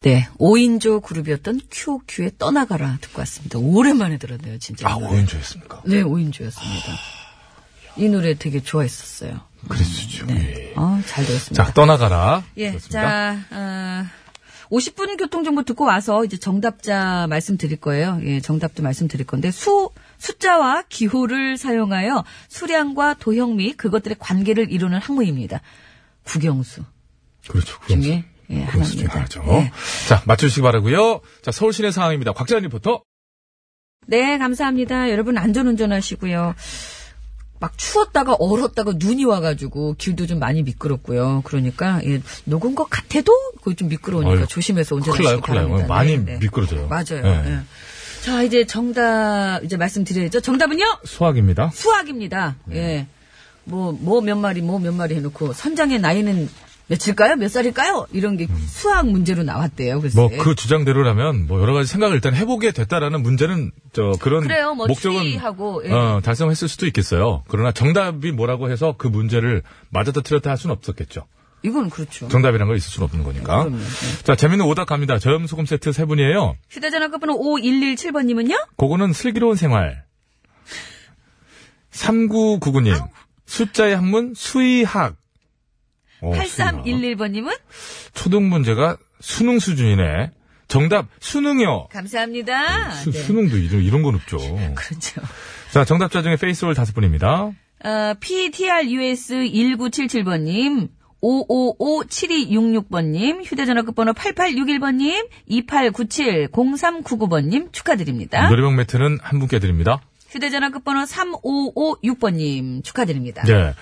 S2: 네, 5인조 그룹이었던 QQ의 떠나가라 듣고 왔습니다. 오랜만에 들었네요, 진짜.
S4: 아, 오연조였습니까?
S2: 네, 5인조였습니다. 이 노래 되게 좋아했었어요.
S4: 그랬었죠. 예.
S2: 아, 잘 들었습니다.
S4: 자, 떠나가라.
S2: 예,
S4: 그렇습니다.
S2: 자, 어, 50분 교통정보 듣고 와서 이제 정답자 말씀드릴 거예요. 예, 정답도 말씀드릴 건데, 수, 숫자와 기호를 사용하여 수량과 도형 및 그것들의 관계를 이루는 학문입니다. 국영수
S4: 그렇죠. 그건
S2: 중에 예,
S4: 그건 수준이
S2: 하나입니다.
S4: 다르죠.
S2: 예.
S4: 자, 맞춰주시기 바라고요 자, 서울 시내 상황입니다. 곽재현 리포터.
S2: 네, 감사합니다. 여러분 안전운전 하시고요. 막 추웠다가 얼었다가 눈이 와가지고 길도 좀 많이 미끄럽고요. 그러니까 예, 녹은 것 같아도 그거 좀 미끄러우니까
S4: 아이고,
S2: 조심해서
S4: 큰일 나요,
S2: 운전하시기
S4: 큰일 나요.
S2: 바랍니다.
S4: 많이
S2: 네, 네.
S4: 미끄러져요.
S2: 맞아요.
S4: 네.
S2: 예. 자, 이제 정답, 이제 말씀드려야죠. 정답은요?
S4: 수학입니다.
S2: 수학입니다.
S4: 네.
S2: 예. 뭐, 뭐 몇 마리, 뭐 몇 마리 해놓고, 선장의 나이는 며칠까요? 몇 살일까요? 이런 게 수학 문제로 나왔대요. 글쎄.
S4: 음. 뭐 그 주장대로라면 뭐 여러 가지 생각을 일단 해보게 됐다라는 문제는 저 그런
S2: 그래요. 뭐
S4: 목적은
S2: 추리하고, 예.
S4: 어, 달성했을 수도 있겠어요. 그러나 정답이 뭐라고 해서 그 문제를 맞았다 틀렸다 할 수는 없었겠죠.
S2: 이건 그렇죠.
S4: 정답이란 건 있을 수는 없는 거니까.
S2: 그럼요. 네.
S4: 자 재밌는 오답 갑니다. 저염 소금 세트 세 분이에요.
S2: 휴대전화 끝번호 5117번님은요?
S4: 그거는 슬기로운 생활. 3999님 숫자의 학문 수의학. 어, 수의학.
S2: 8311번님은?
S4: 초등 문제가 수능 수준이네. 정답 수능요.
S2: 감사합니다.
S4: 수,
S2: 네.
S4: 능도 이런, 이런 건 없죠.
S2: 그렇죠.
S4: 자, 정답자 중에 페이스홀 다섯 분입니다.
S2: 어, PTRUS1977번님, 5557266번님, 휴대전화 끝번호 8861번님, 28970399번님 축하드립니다.
S4: 노래방 매트는 한 분께 드립니다.
S2: 휴대전화 끝번호 3556번님 축하드립니다.
S4: 네.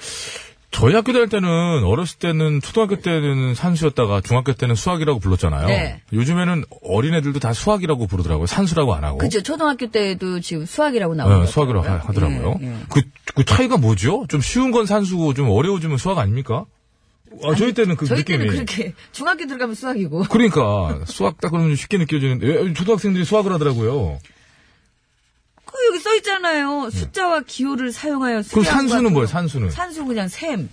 S4: 저희 학교 다닐 때는 어렸을 때는 초등학교 때는 산수였다가 중학교 때는 수학이라고 불렀잖아요.
S2: 네.
S4: 요즘에는 어린애들도 다 수학이라고 부르더라고요. 산수라고 안 하고.
S2: 그죠. 초등학교 때도 지금 수학이라고 나오고.
S4: 네, 수학이라고 하- 하더라고요.
S2: 예,
S4: 그, 그 차이가 뭐죠? 좀 쉬운 건 산수고 좀 어려워지면 수학 아닙니까? 아, 저희 때는 그
S2: 저희
S4: 느낌이.
S2: 때는 그렇게 중학교 들어가면 수학이고.
S4: 그러니까 수학 딱 그러면 쉽게 느껴지는데 왜 초등학생들이 수학을 하더라고요.
S2: 그 여기 써 있잖아요. 숫자와 기호를 사용하여
S4: 그럼
S2: 수량과
S4: 산수는
S2: 그-
S4: 뭐예요? 산수는
S2: 산수 그냥 셈.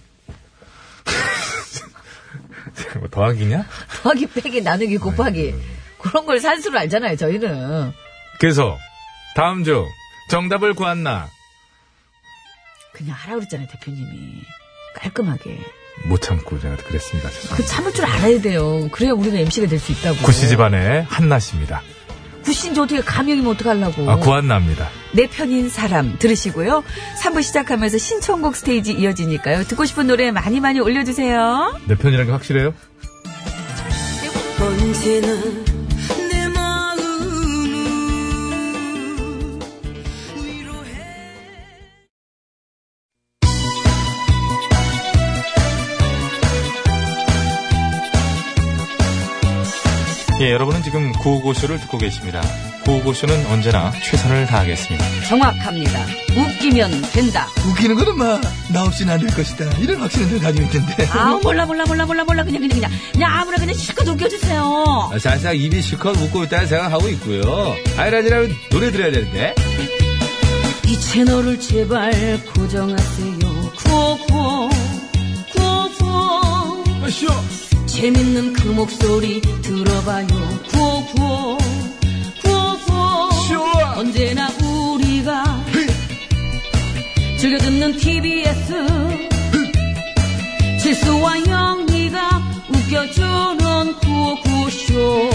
S4: 뭐 더하기냐?
S2: 더하기 빼기 나누기 곱하기 그런 걸 산수로 알잖아요 저희는
S4: 그래서 다음 주 정답을 구한나
S2: 그냥 하라 그랬잖아요 대표님이 깔끔하게
S4: 못 참고 제가 그랬습니다.
S2: 그 참을 줄 알아야 돼요 그래야 우리가 MC가 될 수 있다고
S4: 구씨 집안의 한나 씨입니다.
S2: 구신 저 어떻게 감형이면 뭐 어떡하려고
S4: 아 구한나입니다.
S2: 내 편인 사람 들으시고요 3부 시작하면서 신청곡 스테이지 이어지니까요 듣고 싶은 노래 많이 많이 올려주세요
S4: 내 편이라는 게 확실해요?
S8: 언제나 내 마음을 위로해
S4: 예, 여러분은 지금 구호고쇼를 듣고 계십니다. 구호고쇼는 언제나 최선을 다하겠습니다.
S2: 정확합니다 웃기면 된다
S7: 웃기는 거는 막, 나 없이는 안 될 것이다. 이런 확신을 늘 가지고 있던데.
S2: 아 몰라 몰라 몰라 몰라 몰라 그냥 그냥 그냥 그냥 아무나 그냥 실컷 웃겨주세요
S1: 아, 사실상 입이 실컷 웃고 있다는 생각하고 있고요. 아이라지라면 노래 들어야 되는데.
S2: 이 채널을 제발 고정하세요. 구호구호, 구호구호.
S7: 아,
S2: 재밌는 그 목소리 들어봐요. 구호구호, 구호구호. 언제나 우리가 즐겨 듣는 TBS. 실수와 영리가 웃겨주는 구호구쇼.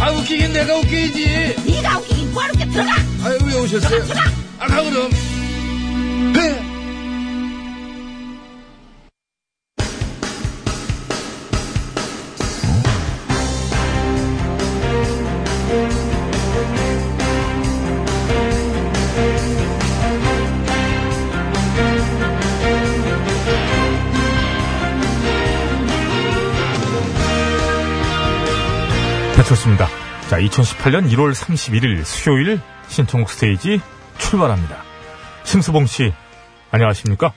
S1: 아, 웃기긴 내가 웃기지.
S2: 네가 웃기긴 뭐하러 이렇게 들어가!
S1: 아유, 왜 오셨어요? 아, 가 그럼.
S4: 좋습니다. 자, 2018년 1월 31일 수요일 신청곡 스테이지 출발합니다. 심수봉 씨, 안녕하십니까?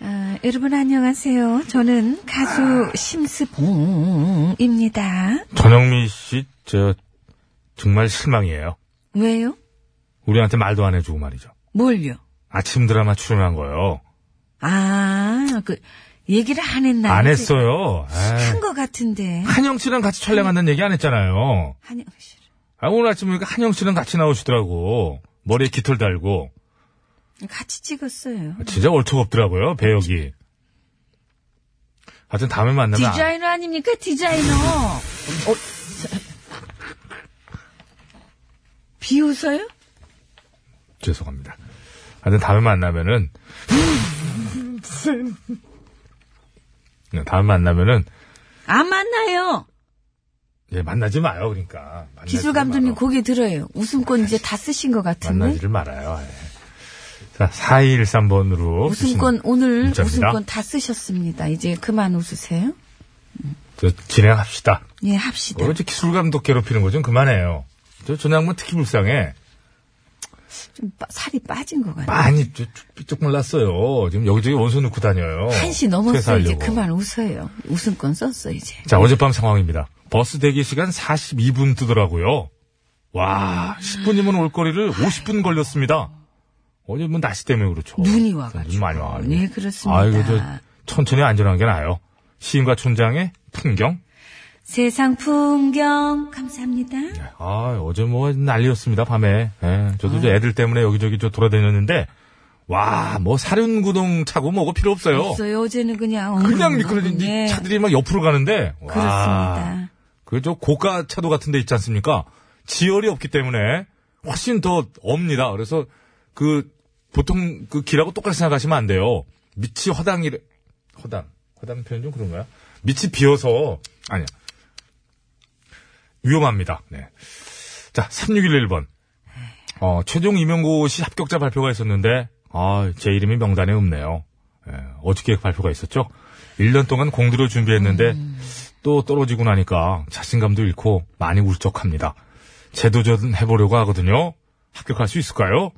S2: 아, 여러분 안녕하세요. 저는 가수 심스봉입니다.
S4: 전영미 씨, 저, 정말 실망이에요.
S2: 왜요?
S4: 우리한테 말도 안 해주고 말이죠.
S2: 뭘요?
S4: 아침 드라마 출연한 거요.
S2: 아, 그 얘기를 안 했나?
S4: 안 했어요. 에이.
S2: 한것 같은데.
S4: 한영 씨랑 같이 촬영한다는 얘기 안 했잖아요.
S2: 한영 씨.
S4: 아, 오늘 아침 보니까 한영 씨랑 같이 나오시더라고. 머리에 깃털 달고.
S2: 같이 찍었어요.
S4: 아, 진짜 얼척없더라고요, 배역이. 하여튼 다음에 만나면. 아-
S2: 디자이너 아닙니까? 디자이너. 어, 비웃어요?
S4: 죄송합니다. 하여튼 다음에 만나면은. 네, 다음에 만나면은.
S2: 안 만나요.
S4: 예, 만나지 마요, 그러니까. 만나지를
S2: 기술 감독님
S4: 말아요.
S2: 고개 들어요. 웃음꽃 이제 다 쓰신 것 같은데.
S4: 만나지를 말아요. 예. 자, 4213번으로.
S2: 웃음꽃 오늘
S4: 문자입니다.
S2: 웃음꽃 다 쓰셨습니다. 이제 그만 웃으세요.
S4: 진행합시다.
S2: 예, 합시다.
S4: 어, 이제 기술 감독 괴롭히는 거 좀 그만해요. 저 전향문 특히 불쌍해.
S2: 좀 빠- 살이 빠진 것 같아요.
S4: 많이 삐- 삐쩍 몰랐어요. 지금 여기저기 원소 넣고 다녀요.
S2: 한시 넘었어 이제
S4: 퇴사하려고.
S2: 그만 웃어요. 웃음권 썼어 이제.
S4: 자, 어젯밤 상황입니다. 버스 대기 시간 42분 뜨더라고요. 와, 10분이면 올 거리를 50분 걸렸습니다. 어제 뭐 날씨 때문에 그렇죠.
S2: 눈이 와가지고.
S4: 눈 많이 와가지고.
S2: 네, 그렇습니다.
S4: 아이고, 저 천천히 안전한 게 나아요. 시인과 촌장의 풍경.
S2: 세상 풍경 감사합니다.
S4: 아, 어제 뭐 난리였습니다, 밤에. 예, 저도
S2: 아.
S4: 저 애들 때문에 여기저기 저 돌아다녔는데, 와, 뭐 사륜구동 차고 뭐고 필요 없어요.
S2: 없어요. 어제는 그냥
S4: 그냥
S2: 엉금,
S4: 미끄러진
S2: 엉금, 예.
S4: 차들이 막 옆으로 가는데. 와.
S2: 그렇습니다.
S4: 그저 고가 차도 같은 데 있지 않습니까? 지열이 없기 때문에 훨씬 더 업니다. 그래서 그 보통 그 길하고 똑같이 생각하시면 안 돼요. 밑이 허당이래. 허당. 허당 표현 좀 그런가요? 밑이 비어서 아니야. 위험합니다. 네. 자, 3611번. 어, 최종 임용고시 합격자 발표가 있었는데 아, 제 이름이 명단에 없네요. 예, 어저께 발표가 있었죠. 1년 동안 공들여 준비했는데
S2: 음.
S4: 또 떨어지고 나니까 자신감도 잃고 많이 울적합니다. 재도전 해보려고 하거든요. 합격할 수 있을까요?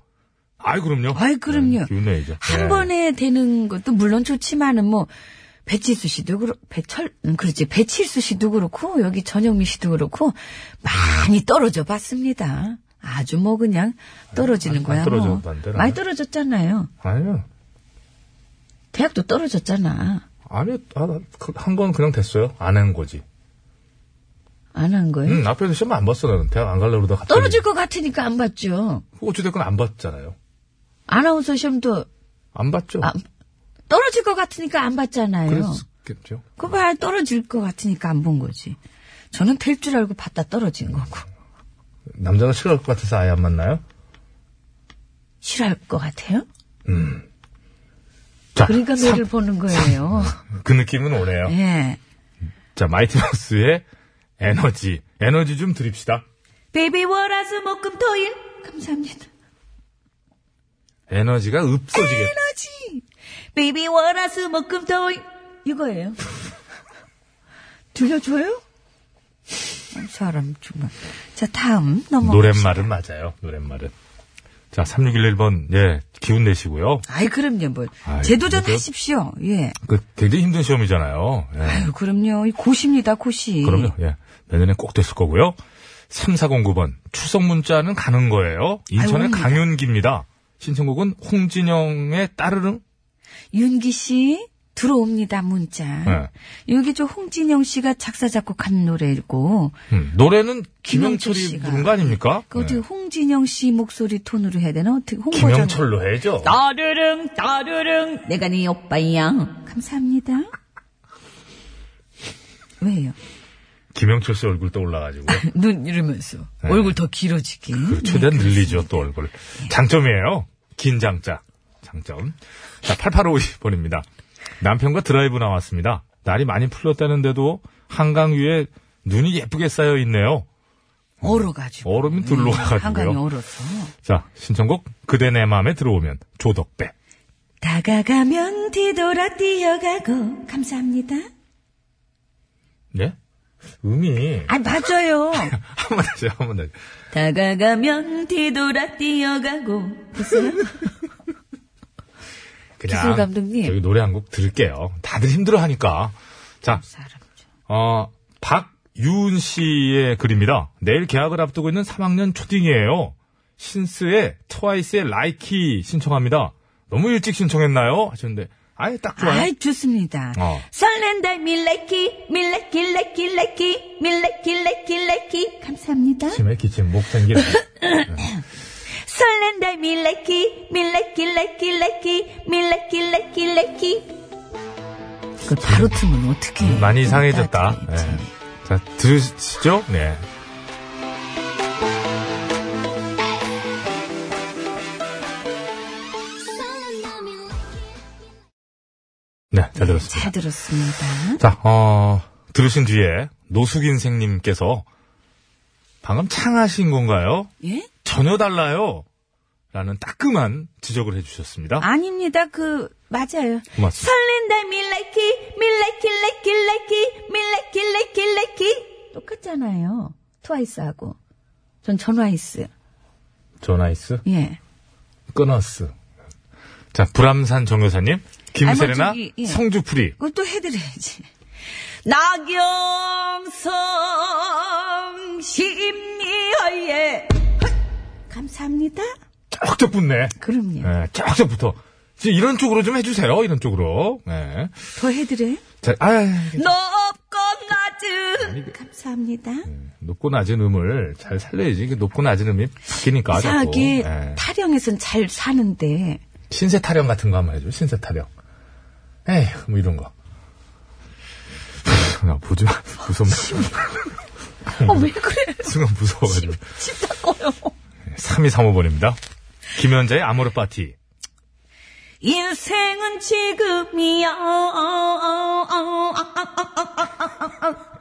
S4: 아이 그럼요.
S2: 아이, 그럼요.
S4: 네, 기운 내야죠.
S2: 한
S4: 네.
S2: 번에 되는 것도 물론 좋지만은 뭐 배치수 씨도 그렇 배철 음, 그렇지 배칠수 씨도 그렇고 여기 전영미 씨도 그렇고 많이 떨어져 봤습니다. 아주 뭐 그냥 떨어지는
S4: 안
S2: 거야. 뭐.
S4: 아, 떨어졌는데, 나는.
S2: 많이 떨어졌잖아요.
S4: 아니요.
S2: 대학도 떨어졌잖아.
S4: 아니요. 한 건 그냥 됐어요. 안 한 거지.
S2: 안 한 거예요.
S4: 음, 앞에서 시험 안 봤어 나는. 대학 안 가려고 그러다가 갑자기.
S2: 떨어질 것 같으니까 안 봤죠.
S4: 어찌됐건 안 봤잖아요.
S2: 아나운서 시험도
S4: 안 봤죠.
S2: 안- 떨어질 것 같으니까 안 봤잖아요.
S4: 그랬겠죠.
S2: 그거 봐야 떨어질 것 같으니까 안 본 거지. 저는 될 줄 알고 봤다 떨어진 거고.
S4: 남자가 싫어할 것 같아서 아예 안 만나요?
S2: 싫어할 것 같아요?
S4: 자,
S2: 그러니까
S4: 삼-
S2: 매를 보는 거예요.
S4: 그 느낌은 오네요.
S2: 예.
S4: 자, 마이티마우스의 에너지. 에너지 좀 드립시다.
S2: 베이비 월화수 목금 토일 감사합니다.
S4: 에너지가 없어지겠다.
S2: 에너지. 베이비 월화수 목금 토일 이거예요. 들려줘요? 아, 사람 정말. 자 다음 넘어.
S4: 노랫말은 맞아요. 노랫말은. 자, 3611번, 예, 기운 내시고요.
S2: 아이 그럼요 뭘.
S4: 아이,
S2: 재도전
S4: 그래도-
S2: 하십시오. 예.
S4: 그, 굉장히 힘든 시험이잖아요. 예,
S2: 아유 그럼요. 이 고시입니다 고시.
S4: 그럼요. 예. 내년에 꼭 됐을 거고요. 3409번, 추석 문자는 가는 거예요. 인천의
S2: 옵니다.
S4: 강윤기입니다. 신청곡은 홍진영의 따르릉?
S2: 윤기 씨 들어옵니다 문자.
S4: 네.
S2: 여기 저 홍진영 씨가 작사 작곡한 노래고
S4: 음, 노래는
S2: 김영철
S4: 김영철이
S2: 씨가.
S4: 부른 거 아닙니까?
S2: 그 어떻게
S4: 예.
S2: 홍진영 씨 목소리 톤으로 해야 되나? 어떻게 홍보장
S4: 김영철로 해야죠.
S2: 따르릉 따르릉 내가 네 오빠야. 감사합니다. 왜요?
S4: 김영철 씨 얼굴 떠올라가지고.
S2: 눈 이러면서
S4: 네.
S2: 얼굴 더 길어지게. 네,
S4: 그 최대한 늘리죠, 또 얼굴. 장점이에요. 긴 장자. 장점. 자, 8852번입니다. 남편과 드라이브 나왔습니다. 날이 많이 풀렸다는데도 한강 위에 눈이 예쁘게 쌓여 있네요.
S2: 얼어가지고.
S4: 얼음이 둘로
S2: 예,
S4: 가가지고요.
S2: 한강이 얼어서.
S4: 자, 신청곡 그대 내 마음에 들어오면 조덕배.
S2: 다가가면 뒤돌아 뛰어가고 감사합니다.
S4: 예? 음이.
S2: 아, 맞아요.
S4: 한 번 다시, 한 번 다시.
S2: 다가가면 뒤돌아 뛰어가고. 됐어요?
S4: 그냥.
S2: 기술 감독님.
S4: 저기 노래 한 곡 들을게요. 다들 힘들어 하니까. 자,
S2: 사람 좀.
S4: 어, 박유은 씨의 글입니다. 내일 개학을 앞두고 있는 3학년 초딩이에요. 신스의 트와이스의 라이키 신청합니다. 너무 일찍 신청했나요? 하셨는데, 아예 딱 좋아요.
S2: 아이, 좋습니다.
S4: 어.
S2: 설렌다, 밀레키, 밀레키, 레키, 레키, 밀레키, 레키, 레키. 감사합니다.
S4: 기침에 기침, 목 생기네.
S2: 설렌다, 밀레키, 밀레키, 레키, 레키, 밀레키, 레키, 레키. 그 바로 틀면 어떻게
S4: 많이 이상해졌다. 예. 자, 들으시죠? 네. 네, 잘 들었습니다.
S2: 잘 들었습니다.
S4: 자, 어, 들으신 뒤에 노숙인생님께서 방금 창하신 건가요?
S2: 예?
S4: 전혀 달라요. 라는 따끔한 지적을 해주셨습니다.
S2: 아닙니다. 그 맞아요.
S4: 고맙습니다.
S2: 설렌다 밀레키 밀레키 레키 레키 밀레키 레키 레키 똑같잖아요. 트와이스하고 전 전와이스.
S4: 조나이스,
S2: 예.
S4: 끊어스. 자, 불암산 정여사님, 김세레나,
S2: 저기, 예.
S4: 성주풀이.
S2: 그걸 또 해드려야지. 나경성 심리허예 감사합니다.
S4: 쫙쫙 붙네.
S2: 그럼요.
S4: 예, 쫙쫙 붙어. 이제 이런 쪽으로 좀 해주세요. 이런 쪽으로. 예.
S2: 더 해드려요?
S4: 자, 아,
S2: 높고 낮은 감사합니다.
S4: 높고 낮은 음을 잘 살려야지. 이게 높고 낮은 음이 바뀌니까. 자꾸.
S2: 이상하게
S4: 예.
S2: 타령에선 잘 사는데
S4: 신세 타령 같은 거 한번 해줘. 신세 타령. 에이, 뭐 이런 거. 나 보지 마. 무섭네.
S2: 어 왜 그래?
S4: 순간 무서워가지고.
S2: 집 닦아요.
S4: 3235번입니다. 김현자의 아모르 파티.
S2: 인생은 지금이야.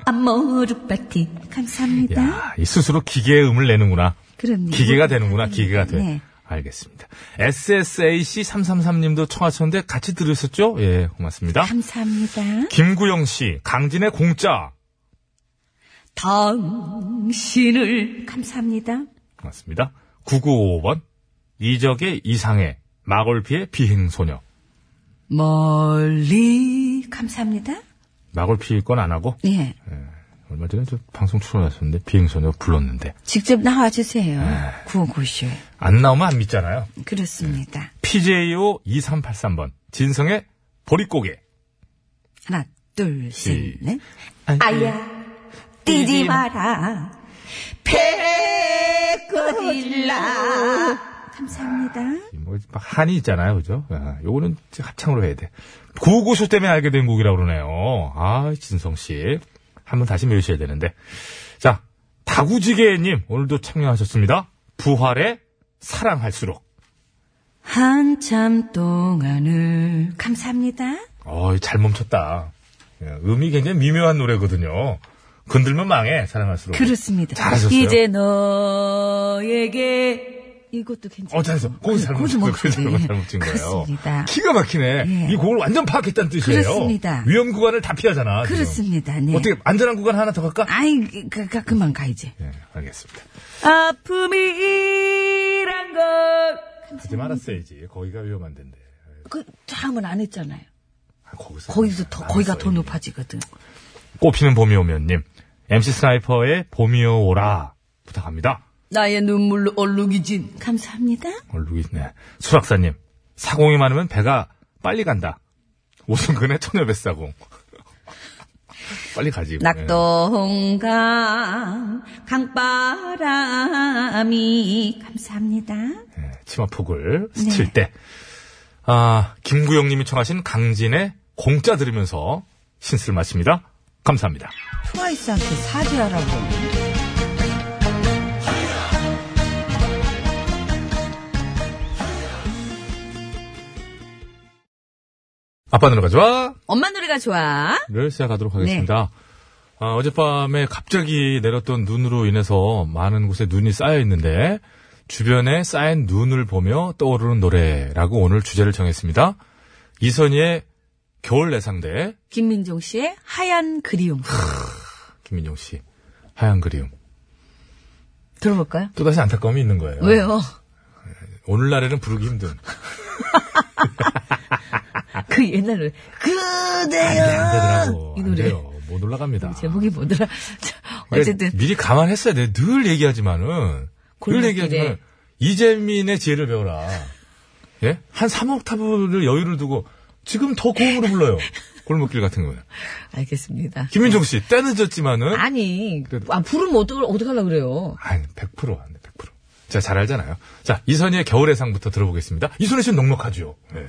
S2: 아모르 파티 감사합니다.
S4: 야, 이 스스로 기계의 음을 내는구나.
S2: 그럼요.
S4: 기계가 되는구나. 기계가 돼.
S2: 네.
S4: 알겠습니다. SSAC333님도 청하셨는데 같이 들으셨죠? 예, 고맙습니다.
S2: 감사합니다.
S4: 김구영 씨, 강진의 공짜.
S2: 당신을 감사합니다.
S4: 고맙습니다. 995번. 이적의 이상해. 마골피의 비행소녀.
S2: 멀리 감사합니다.
S4: 마골피일 건 안 하고
S2: 예.
S4: 얼마 전에 저 방송 출연하셨는데 비행선에 불렀는데
S2: 직접 나와주세요.
S4: 네.
S2: 구호고쇼.
S4: 안 나오면 안 믿잖아요.
S2: 그렇습니다.
S4: PJO 2383번 진성의 보릿고개
S2: 하나, 둘, 셋,
S4: 시-
S2: 넷. 아야, 뛰지 마라. 페코딜라. 감사합니다.
S4: 뭐 막 한이 있잖아요, 그죠? 아, 요거는 이제 합창으로 해야 돼. 고고쇼 때문에 알게 된 곡이라고 그러네요. 아 진성 씨 한번 다시 외우셔야 되는데 자 다구지게님 오늘도 참여하셨습니다. 부활의 사랑할수록
S2: 한참 동안을 감사합니다.
S4: 어, 잘 멈췄다. 예, 음이 굉장히 미묘한 노래거든요. 건들면 망해, 사랑할수록.
S2: 그렇습니다.
S4: 잘하셨어요.
S2: 이제 너에게 이것도 괜찮아요.
S4: 어, 잘했어. 거기서 잘
S2: 거기서
S4: 멈췄어요.
S2: 그
S4: 거기서
S2: 멈췄어요. 네.
S4: 잘 멈춘 거예요.
S2: 그렇습니다.
S4: 기가 막히네.
S2: 예.
S4: 이 곡을 완전 파악했다는 뜻이에요.
S2: 그렇습니다.
S4: 위험 구간을 다 피하잖아. 지금.
S2: 그렇습니다. 네.
S4: 어떻게 안전한 구간 하나 더 갈까?
S2: 아이, 그, 그, 그만 가, 이제.
S4: 예, 알겠습니다.
S2: 아픔이란 걸.
S4: 하지 말았어야지. 거기가 위험한 데인데.
S2: 그, 다음은 안 했잖아요.
S4: 아, 거기서.
S2: 거기서 더,
S4: 알았어요.
S2: 거기가 더 높아지거든.
S4: 꽃피는 봄이 오면님. MC 스나이퍼의 봄이 오라. 부탁합니다.
S2: 나의 눈물로 얼룩이 진. 감사합니다.
S4: 얼룩이 네. 수락사님 사공이 많으면 배가 빨리 간다. 오승근의 천여뱃사공. 빨리 가지.
S2: 낙동강 강바람이 감사합니다.
S4: 예, 예, 치마폭을
S2: 네.
S4: 스칠 때. 아 김구영님이 청하신 강진의 공짜 들으면서 신스를 마칩니다. 감사합니다.
S2: 트와이스한테 사죄하라고.
S4: 아빠 노래가 좋아를
S2: 엄마 노래가 좋아.
S4: 시작하도록
S2: 네.
S4: 하겠습니다. 아, 어젯밤에 갑자기 내렸던 눈으로 인해서 많은 곳에 눈이 쌓여 있는데 주변에 쌓인 눈을 보며 떠오르는 노래라고 오늘 주제를 정했습니다. 이선희의 겨울 내상대
S2: 김민종 씨의 하얀 그리움.
S4: 김민용 씨. 하얀 그리움.
S2: 들어볼까요?
S4: 또다시 안타까움이 있는 거예요.
S2: 어. 왜요?
S4: 오늘날에는 부르기 힘든.
S2: 그 옛날 노래. 그대여!
S4: 안 되더라고.
S2: 이
S4: 안
S2: 노래.
S4: 돼요. 못 올라갑니다.
S2: 제목이 뭐더라? 자,
S4: 그러니까
S2: 어쨌든.
S4: 미리 감안했어야 돼. 늘 얘기하지만은. 늘
S2: 골목길에.
S4: 얘기하지만 이재민의 지혜를 배워라. 예? 한 3옥타브를 여유를 두고 지금 더 고음으로 불러요. 골목길 같은 거는.
S2: 알겠습니다.
S4: 김민종 씨, 때는 졌지만은.
S2: 아니,
S4: 그래도-
S2: 아, 부르면 어떡, 어떡하려고 그래요?
S4: 아니, 100%안 돼, 100%. 제가 잘 알잖아요. 자, 이선희의 겨울의 상부터 들어보겠습니다. 이선희 씨는 넉넉하죠. 네.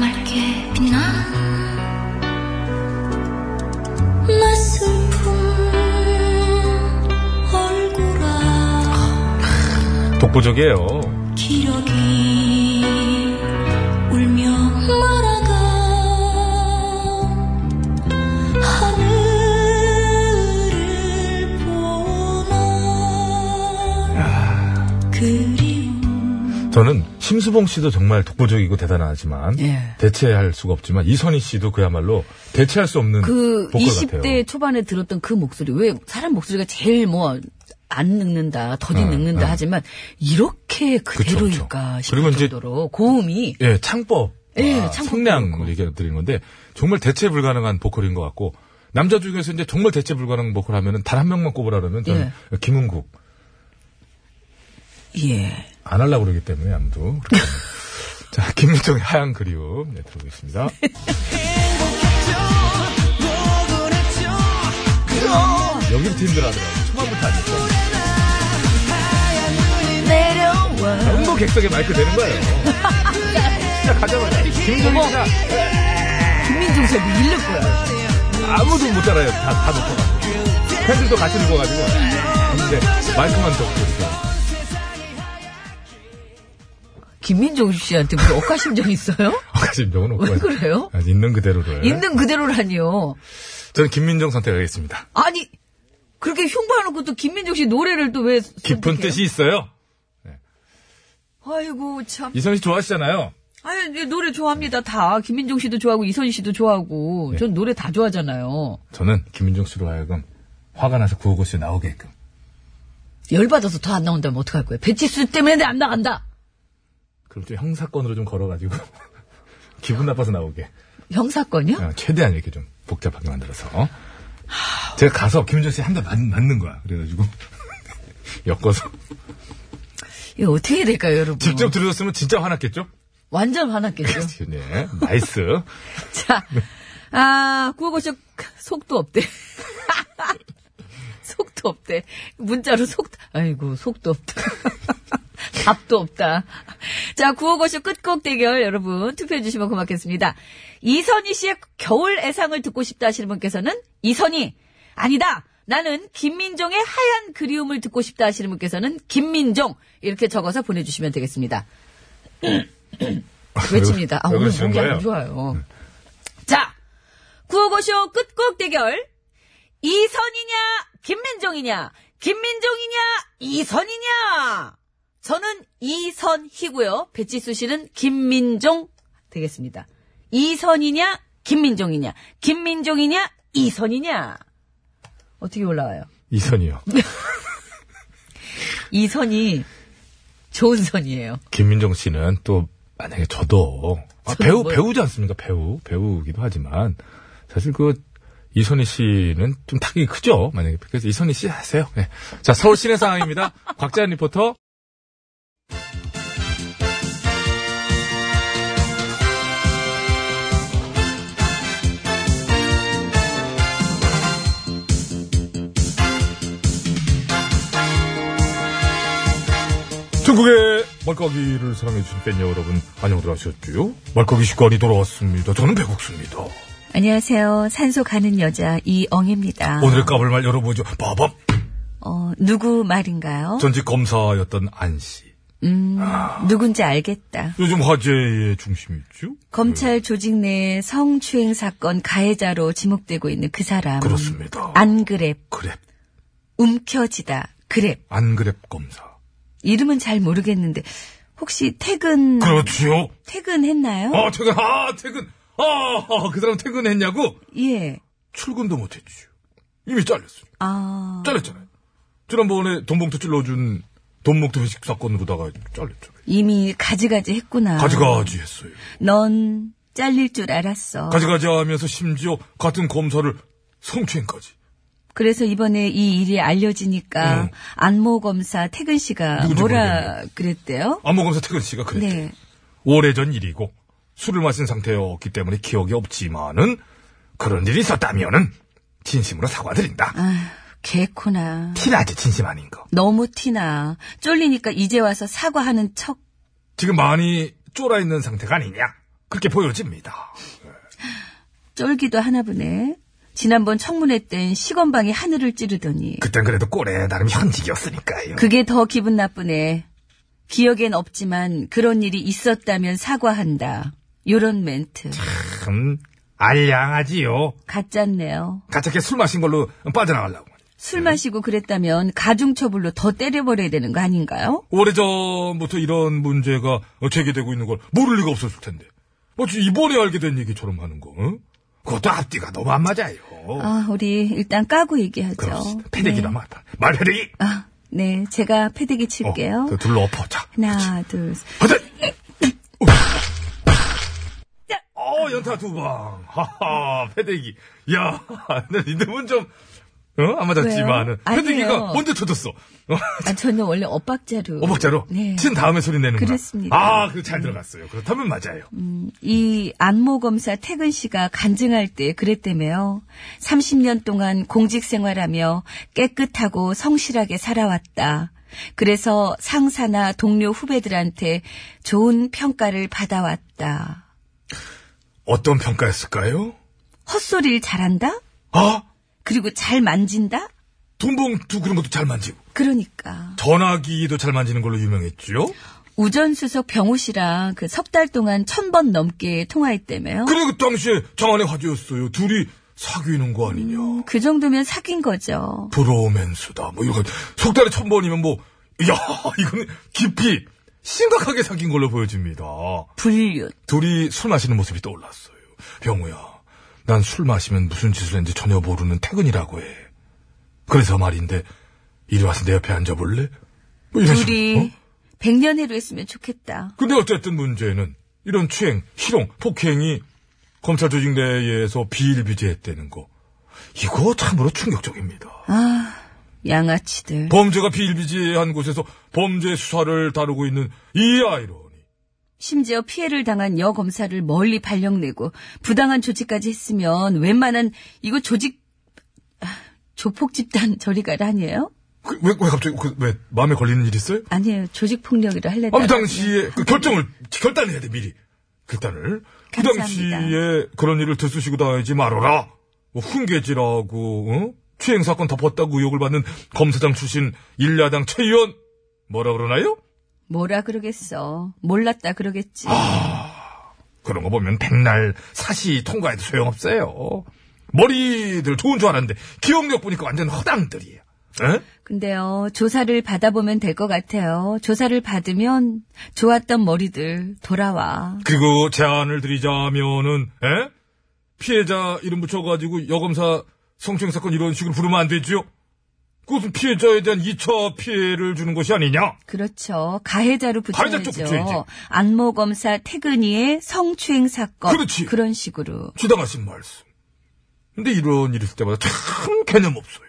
S8: 맑게 빛난 내 슬픈 얼굴아
S4: 독보적이에요.
S8: 기러기 울며 말아가 하늘을 보나
S2: 그
S8: 그리움
S4: 저는 심수봉 씨도 정말 독보적이고 대단하지만
S2: 예.
S4: 대체할 수가 없지만 이선희 씨도 그야말로 대체할 수 없는
S2: 그
S4: 보컬
S2: 20대
S4: 음, 같아요.
S2: 초반에 들었던 그 목소리 왜 사람 목소리가 제일 뭐 안 늙는다, 더디
S4: 어,
S2: 늙는다
S4: 어.
S2: 하지만 이렇게 그대로일까
S4: 그쵸.
S2: 싶을
S4: 그리고 이제-
S2: 정도로 고음이
S4: 예, 창법.
S2: 예,
S4: 아,
S2: 창법도
S4: 성량을
S2: 그렇고.
S4: 얘기해 드리는 건데 정말 대체 불가능한 보컬인 것 같고 남자 중에서 이제 정말 대체 불가능한 보컬 하면은 단 한 명만 꼽으라 그러면 저는 김은국
S2: 예.
S4: 안 하려고 그러기 때문에 아무도 그렇게 하면. 자, 김민종의 하얀 그리움 네, 들어보겠습니다. 여기부터 힘들하더라고요. 초반부터 안 됐어. 전부 객석에 마이크 되는 거예요. 시작하자마자 김종국이나
S2: 김민종 씨가 밀릴 거야.
S4: 아무도 못 따라요. 다, 다 먹고 가고. 팬들도 같이 늙어가지고. 근데 마이크만 덮고 있어요.
S2: 김민종 씨한테 무슨 억하심정 있어요?
S4: 아가심정은 없고.
S2: 왜 그래요?
S4: 아니, 있는 그대로를.
S2: 있는 그대로라니요.
S4: 저는 김민종 선택하겠습니다.
S2: 아니, 그렇게 흉봐놓고 또 김민종 씨 노래를 또 왜.
S4: 깊은
S2: 선택해요?
S4: 뜻이 있어요.
S2: 아이고, 참.
S4: 이선희 씨 좋아하시잖아요.
S2: 아니, 이 노래 좋아합니다, 다. 김민종 씨도 좋아하고, 이선희 씨도
S4: 네.
S2: 좋아하고. 전 노래 다 좋아하잖아요.
S4: 저는 김민종 씨로 하여금 화가 나서 구호고 씨 나오게끔.
S2: 열받아서 더 안 나온다면 어떡할 거예요? 배치수 때문에 내안 나간다!
S4: 그럼 좀 형사건으로 좀 걸어가지고. 기분 나빠서 나오게.
S2: 형사건이요?
S4: 어, 최대한 이렇게 좀 복잡하게 만들어서. 제가 가서 김민정 씨 한 대 맞는 거야. 그래가지고. 엮어서.
S2: 이거 어떻게 해야 될까요, 여러분?
S4: 직접 들으셨으면 진짜 화났겠죠?
S2: 완전 화났겠죠?
S4: 네. 나이스.
S2: 자, 아, 구호고쇼 속도 없대. 속도 없대. 문자로 속, 아이고, 속도 없다. 답도 없다. 자, 구호고쇼 끝곡 대결 여러분 투표해주시면 고맙겠습니다. 이선희 씨의 겨울 애상을 듣고 싶다 하시는 분께서는 이선희, 아니다! 나는 김민종의 하얀 그리움을 듣고 싶다 하시는 분께서는 김민종 이렇게 적어서 보내주시면 되겠습니다. 외칩니다. 아,
S4: 왜
S2: 오늘
S4: 그러시는
S2: 목이 안
S4: 거예요?
S2: 좋아요. 자, 구호고쇼 끝곡 대결. 이선이냐, 김민종이냐, 김민종이냐, 이선이냐. 저는 이선희고요. 배치수 씨는 김민종 되겠습니다. 이선이냐, 김민종이냐, 김민종이냐, 이선이냐. 어떻게 올라와요?
S4: 이선이요.
S2: 이선이 좋은 선이에요.
S4: 김민정 씨는 또 만약에 저도 아,
S2: 저는
S4: 배우
S2: 뭘-
S4: 배우지 않습니까? 배우 배우기도 하지만 사실 그 이선희 씨는 좀 타격이 크죠. 만약에 그래서 이선희 씨 하세요. 네. 자 서울 시내 상황입니다. 곽자연 리포터. 전국의 말까기를 사랑해주신 팬 여러분 안녕들 하셨죠? 말까기 시간이 돌아왔습니다. 저는 배국수입니다.
S2: 안녕하세요. 산소 가는 여자 이엉입니다. 어,
S4: 오늘의 까불말 열어보죠. 바밤
S2: 누구 말인가요?
S4: 전직 검사였던 안 씨.
S2: 음, 누군지 알겠다.
S4: 요즘 화제의 중심이죠? 음.
S2: 검찰 조직 내 성추행 사건 가해자로 지목되고 있는 그 사람.
S4: 그렇습니다.
S2: 안 그랩,
S4: 그랩
S2: 움켜지다, 그랩.
S4: 안 그랩 검사.
S2: 이름은 잘 모르겠는데, 혹시 퇴근,
S4: 그렇지요. 어?
S2: 퇴근했나요?
S4: 아 퇴근 아 퇴근 아그 사람 퇴근했냐고?
S2: 예.
S4: 그 출근도 못했지. 이미 잘렸으니까.
S2: 아,
S4: 잘렸잖아요. 지난번에 돈봉투 찔러준 돈봉투 회식 사건으로다가 잘렸잖아요.
S2: 이미 가지가지 했구나.
S4: 가지가지 했어요.
S2: 넌 잘릴 줄 알았어.
S4: 가지가지 하면서 심지어 같은 검사를 성추행까지.
S2: 그래서 이번에 이 일이 알려지니까
S4: 응.
S2: 안모 검사 태근 씨가
S4: 네. 누군지
S2: 뭐라
S4: 모르겠네.
S2: 그랬대요?
S4: 안모검사 태근 씨가 그랬대요.
S2: 네.
S4: 오래전 일이고 술을 마신 상태였기 때문에 기억이 없지만은 그런 일이 있었다면은 진심으로 사과드린다.
S2: 아, 개코나.
S4: 티나지 진심 아닌 거.
S2: 너무 티나. 쫄리니까 이제 와서 사과하는 척.
S4: 지금 많이 쫄아 있는 상태가 아니냐 그렇게 보여집니다.
S2: 쫄기도 하나 보네. 지난번 청문회 땐 시건방이 하늘을 찌르더니.
S4: 그땐 그래도 꼴에 나름 현직이었으니까요.
S2: 그게 더 기분 나쁘네. 기억엔 없지만 그런 일이 있었다면 사과한다. 요런 멘트.
S4: 참 알량하지요.
S2: 가짰네요.
S4: 가짜게 술 마신 걸로 빠져나가려고.
S2: 술
S4: 네.
S2: 마시고 그랬다면 가중처벌로 더 때려버려야 되는 거 아닌가요?
S4: 오래전부터 이런 문제가 제기되고 있는 걸 모를 리가 없었을 텐데. 마치 이번에 알게 된 얘기처럼 하는 거. 응? 그것도 앞뒤가 너무 안 맞아요.
S2: 아, 우리 일단 까고 얘기하죠.
S4: 그럽시다. 패대기나
S2: 네.
S4: 마 맞다. 말패대기.
S2: 아, 네, 제가 패대기 칠게요.
S4: 어, 둘러 엎어자.
S2: 하나, 둘, 셋.
S4: 하자. 어, 연타 두 방. 하하, 패대기. 야, 이놈은 좀, 어? 안 맞았지만은.
S2: 왜요?
S4: 패대기가
S2: 아니에요.
S4: 먼저 쳐졌어. 어,
S2: 아, 저는 원래 엇박자로.
S4: 어박자로.
S2: 네.
S4: 친 다음에 소리 내는 거야.
S2: 그렇습니다.
S4: 아, 그 잘 들어갔어요. 그렇다면 맞아요.
S2: 이 안모 검사 태근 씨가 간증할 때 그랬다며요. 30년 동안 공직 생활하며 깨끗하고 성실하게 살아왔다. 그래서 상사나 동료 후배들한테 좋은 평가를 받아왔다.
S4: 어떤 평가였을까요?
S2: 헛소리를 잘한다?
S4: 아,
S2: 그리고 잘 만진다?
S4: 돈봉투 그런 것도 잘 만지고.
S2: 그러니까.
S4: 전화기도 잘 만지는 걸로 유명했지요?
S2: 우전수석 병호 씨랑 그 석 달 동안 천 번 넘게 통화했다며요.
S4: 그래, 그 당시에 장안의 화제였어요. 둘이 사귀는 거 아니냐.
S2: 그 정도면 사귄 거죠.
S4: 브로맨스다. 뭐 이런 거. 속달에 천 번이면 뭐, 야 이건 깊이 심각하게 사귄 걸로 보여집니다.
S2: 불륜.
S4: 둘이 술 마시는 모습이 떠올랐어요. 병우야, 난 술 마시면 무슨 짓을 했는지 전혀 모르는 퇴근이라고 해. 그래서 말인데, 이리 와서 내 옆에 앉아볼래? 뭐 이런 식으로,
S2: 둘이
S4: 어?
S2: 백년해로 했으면 좋겠다.
S4: 근데 어쨌든 문제는 이런 추행, 희롱, 폭행이 검찰 조직 내에서 비일비재했다는 거. 이거 참으로 충격적입니다.
S2: 아, 양아치들.
S4: 범죄가 비일비재한 곳에서 범죄 수사를 다루고 있는 이 아이러니.
S2: 심지어 피해를 당한 여검사를 멀리 발령내고 부당한 조치까지 했으면 웬만한 이거 조직 아, 조폭 집단 저리가라 아니에요?
S4: 그, 왜, 왜 갑자기, 그, 왜, 마음에 걸리는 일 있어요?
S2: 아니에요. 조직 폭력이라 할래.
S4: 아, 그 당시에, 그 결정을, 결단해야 돼, 미리. 결단을. 그
S2: 감사합니다.
S4: 당시에 그런 일을 들쑤시고 다니지 말아라. 뭐 훈계질하고, 어? 추행사건 덮었다고 의혹을 받는 검사장 출신 일야당 최 의원. 뭐라 그러나요?
S2: 뭐라 그러겠어. 몰랐다 그러겠지.
S4: 아. 그런 거 보면 백날 사시 통과해도 소용없어요. 머리들 좋은 줄 알았는데, 기억력 보니까 완전 허당들이야. 에?
S2: 근데요, 조사를 받아보면 될 것 같아요. 조사를 받으면 좋았던 머리들 돌아와.
S4: 그리고 제안을 드리자면은 에? 피해자 이름 붙여가지고 여검사 성추행 사건 이런 식으로 부르면 안 되지요? 그것은 피해자에 대한 2차 피해를 주는 것이 아니냐?
S2: 그렇죠. 가해자로
S4: 가해자 쪽 붙여야지.
S2: 붙여야죠. 안모 검사 태근이의 성추행 사건.
S4: 그렇지.
S2: 런 식으로.
S4: 주당하신 말씀. 근데 이런 일 있을 때마다 참 개념 없어요.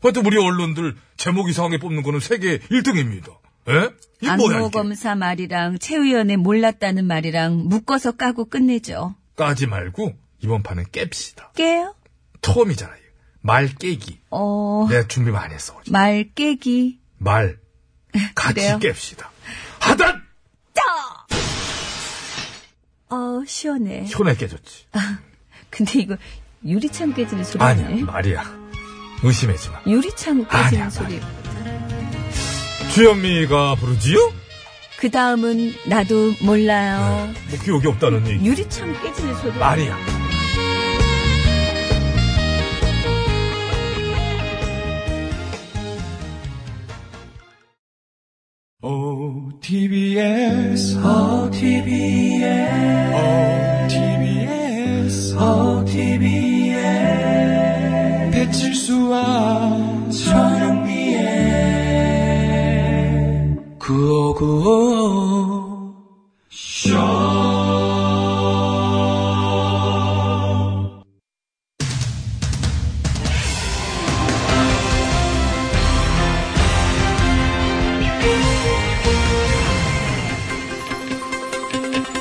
S4: 하여튼 우리 언론들 제목 이상하게 뽑는 거는 세계 1등입니다. 에? 이 뭐야
S2: 안모
S4: 이게?
S2: 검사 말이랑 최 의원의 몰랐다는 말이랑 묶어서 까고 끝내죠.
S4: 까지 말고 이번 판은 깹시다.
S2: 깨요?
S4: 처음이잖아요. 말 깨기.
S2: 어,
S4: 내가 준비 많이 했어. 어제.
S2: 말 깨기.
S4: 말 같이
S2: 그래요?
S4: 깹시다. 하단!
S2: 어, 시원해.
S4: 손에 깨졌지.
S2: 근데 이거 유리창 깨지는 소리
S4: 아니야,
S2: 아니에요?
S4: 말이야. 의심하지 마.
S2: 유리창 깨지는
S4: 아니야,
S2: 소리.
S4: 주현미가 부르지요?
S2: 그 다음은 나도 몰라요.
S4: 뭐 기억이 없다는 얘기.
S2: 유리창 깨지는 소리.
S4: 말이야.
S5: OTBS, OTBS, OTBS, OTBS. 배칠수와 전영미의 구호구호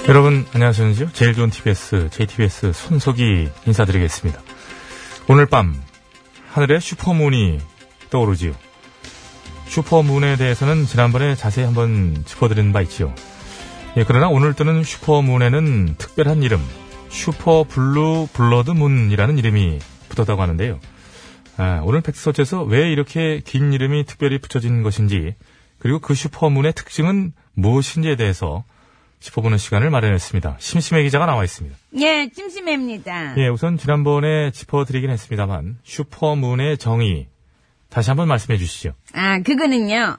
S4: 여러분 안녕하세요. 제일 좋은 TBS, JTBS 손석희 인사드리겠습니다. 오늘 밤 하늘에 슈퍼문이 떠오르지요. 슈퍼문에 대해서는 지난번에 자세히 한번 짚어드린 바 있지요. 예, 그러나 오늘 뜨는 슈퍼문에는 특별한 이름, 슈퍼블루 블러드문이라는 이름이 붙었다고 하는데요. 아, 오늘 팩스서치에서 왜 이렇게 긴 이름이 특별히 붙여진 것인지, 그리고 그 슈퍼문의 특징은 무엇인지에 대해서 짚어보는 시간을 마련했습니다. 심심해 기자가 나와 있습니다.
S2: 예, 찜찜해입니다.
S4: 예, 우선 지난번에 짚어드리긴 했습니다만 슈퍼문의 정의 다시 한번 말씀해 주시죠.
S2: 아, 그거는요.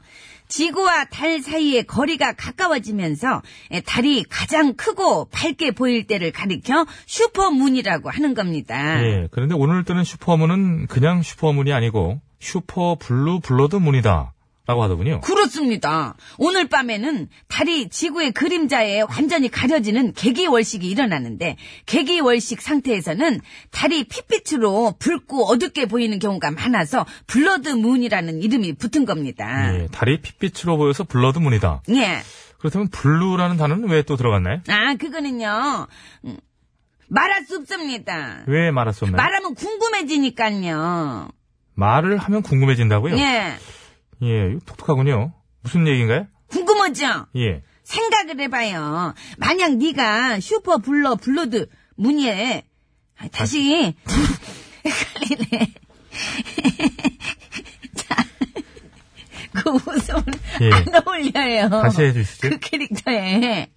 S2: 지구와 달 사이의 거리가 가까워지면서 에, 달이 가장 크고 밝게 보일 때를 가리켜 슈퍼문이라고 하는 겁니다.
S4: 예, 그런데 오늘 뜨는 슈퍼문은 그냥 슈퍼문이 아니고 슈퍼 블루 블러드 문이다라고 하더군요.
S2: 그렇습니다. 오늘 밤에는 달이 지구의 그림자에 완전히 가려지는 개기월식이 일어나는데 개기월식 상태에서는 달이 핏빛으로 붉고 어둡게 보이는 경우가 많아서 블러드문이라는 이름이 붙은 겁니다.
S4: 예, 달이 핏빛으로 보여서 블러드 문이다.
S2: 예.
S4: 그렇다면 블루라는 단어는 왜 또 들어갔나요?
S2: 아, 그거는요. 음, 말할 수 없습니다.
S4: 왜 말할 수 없나요?
S2: 말하면 궁금해지니까요.
S4: 말을 하면 궁금해진다고요?
S2: 예.
S4: 예, 이거 독특하군요. 무슨 얘기인가요?
S2: 궁금하죠?
S4: 예.
S2: 생각을 해봐요. 만약 네가 슈퍼 블러 블러드 문의에 아, 다시 헷갈리네. 자, 그 웃음은
S4: 예.
S2: 안 어울려요.
S4: 다시 해주시죠.
S2: 그 캐릭터에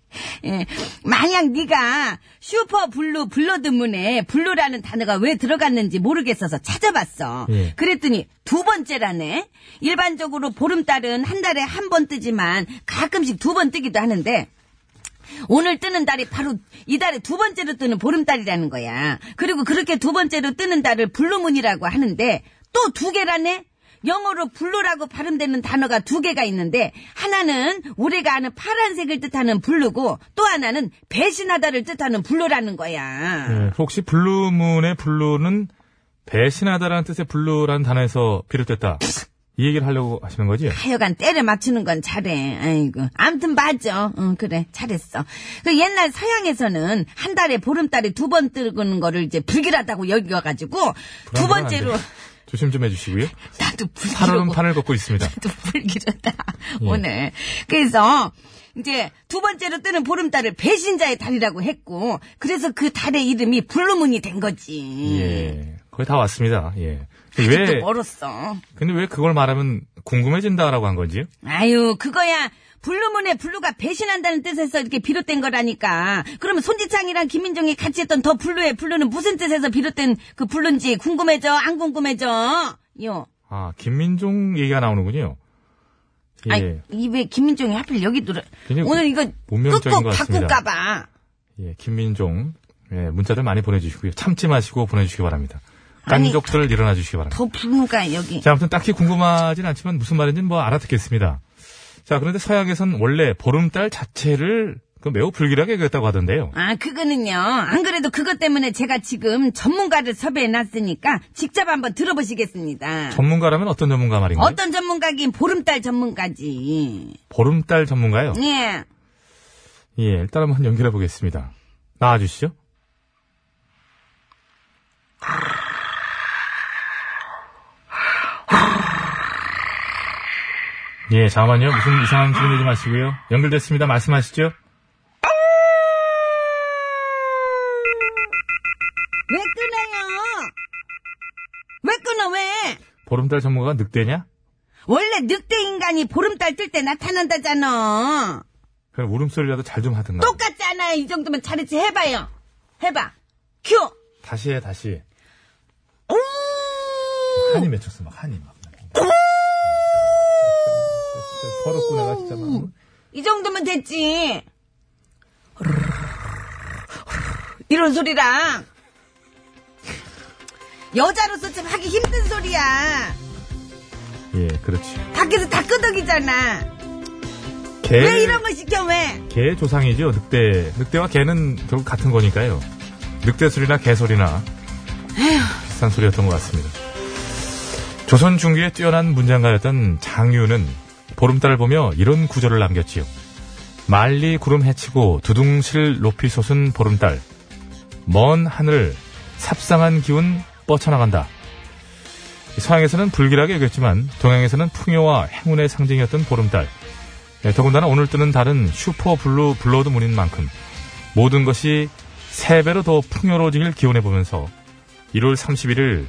S2: 예. 만약 네가 슈퍼 블루 블러드 문에 블루라는 단어가 왜 들어갔는지 모르겠어서 찾아봤어.
S4: 예.
S2: 그랬더니 두 번째라네. 일반적으로 보름달은 한 달에 한 번 뜨지만 가끔씩 두 번 뜨기도 하는데 오늘 뜨는 달이 바로 이달의 두 번째로 뜨는 보름달이라는 거야. 그리고 그렇게 두 번째로 뜨는 달을 블루문이라고 하는데 또 두 개라네? 영어로 블루라고 발음되는 단어가 두 개가 있는데 하나는 우리가 아는 파란색을 뜻하는 블루고 또 하나는 배신하다를 뜻하는 블루라는 거야.
S4: 예, 혹시 블루문의 블루는 배신하다라는 뜻의 블루라는 단어에서 비롯됐다. 이 얘기를 하려고 하시는 거지?
S2: 하여간 때를 맞추는 건 잘해. 아이고. 암튼 맞아. 응, 그래. 잘했어. 그 옛날 서양에서는 한 달에 보름달이 두 번 뜨는 거를 이제 불길하다고 여겨가지고 두
S4: 불안불안한데.
S2: 번째로
S4: 조심 좀 해주시고요.
S2: 나도
S4: 살얼음
S2: 불길하고
S4: 판을 걷고 있습니다.
S2: 또 불길하다.
S4: 예.
S2: 오늘. 그래서 이제 두 번째로 뜨는 보름달을 배신자의 달이라고 했고 그래서 그 달의 이름이 블루문이 된 거지.
S4: 예. 거의 다 왔습니다. 예. 근데
S2: 아직도
S4: 왜,
S2: 멀었어.
S4: 근데 왜 그걸 말하면 궁금해진다라고 한 건지요?
S2: 아유, 그거야. 블루문의 블루가 배신한다는 뜻에서 이렇게 비롯된 거라니까. 그러면 손지창이랑 김민종이 같이 했던 더 블루의 블루는 무슨 뜻에서 비롯된 그 블루인지 궁금해져? 안 궁금해져? 요.
S4: 아, 김민종 얘기가 나오는군요. 예.
S2: 아니, 이왜 김민종이 하필 여기 들어.
S4: 굉장히
S2: 오늘 이거
S4: 운명적인
S2: 끝곡
S4: 것 같습니다.
S2: 바꿀까봐.
S4: 예, 김민종. 예, 문자들 많이 보내주시고요. 참지 마시고 보내주시기 바랍니다. 깐족들 일어나 주시기 바랍니다.
S2: 더 블루가 여기.
S4: 자, 아무튼 딱히 궁금하진 않지만 무슨 말인지는 뭐 알아듣겠습니다. 자, 그런데 서양에선 원래 보름달 자체를 그 매우 불길하게 여겼다고 하던데요.
S2: 아, 그거는요. 안 그래도 그것 때문에 제가 지금 전문가를 섭외해놨으니까 직접 한번 들어보시겠습니다.
S4: 전문가라면 어떤 전문가 말인가요?
S2: 어떤 전문가긴 보름달 전문가지.
S4: 보름달 전문가요?
S2: 예.
S4: 예, 일단 한번 연결해 보겠습니다. 나와주시죠. 예, 잠깐만요. 무슨 이상한 소리 내지 마시고요. 연결됐습니다. 말씀하시죠.
S2: 왜 끊어요? 왜 끊어, 왜?
S4: 보름달 전문가가 늑대냐?
S2: 원래 늑대 인간이 보름달 뜰 때 나타난다잖아.
S4: 그럼 울음소리라도 잘 좀 하든가.
S2: 똑같잖아요. 이 정도면 잘했지. 해봐요. 해봐. 큐!
S4: 다시 해, 다시 해.
S2: 오!
S4: 한이 맺혔어, 막 한이 막. 진짜 더럽고 내가 진짜 막.
S2: 이 정도면 됐지. 이런 소리랑. 여자로서 좀 하기 힘든 소리야.
S4: 예, 그렇지.
S2: 밖에서 다 끄덕이잖아.
S4: 개,
S2: 왜 이런 걸 시켜 왜?
S4: 개 조상이죠, 늑대. 늑대와 개는 결국 같은 거니까요. 늑대 소리나 개 소리나 비슷한 소리였던 것 같습니다. 조선 중기에 뛰어난 문장가였던 장유는 보름달을 보며 이런 구절을 남겼지요. 말리 구름 헤치고 두둥실 높이 솟은 보름달. 먼 하늘 삽상한 기운 뻗쳐나간다. 서양에서는 불길하게 여겼지만 동양에서는 풍요와 행운의 상징이었던 보름달. 네, 더군다나 오늘 뜨는 달은 슈퍼 블루 블러드 문인 만큼 모든 것이 세배로더 풍요로워지길 기원해보면서 1월 31일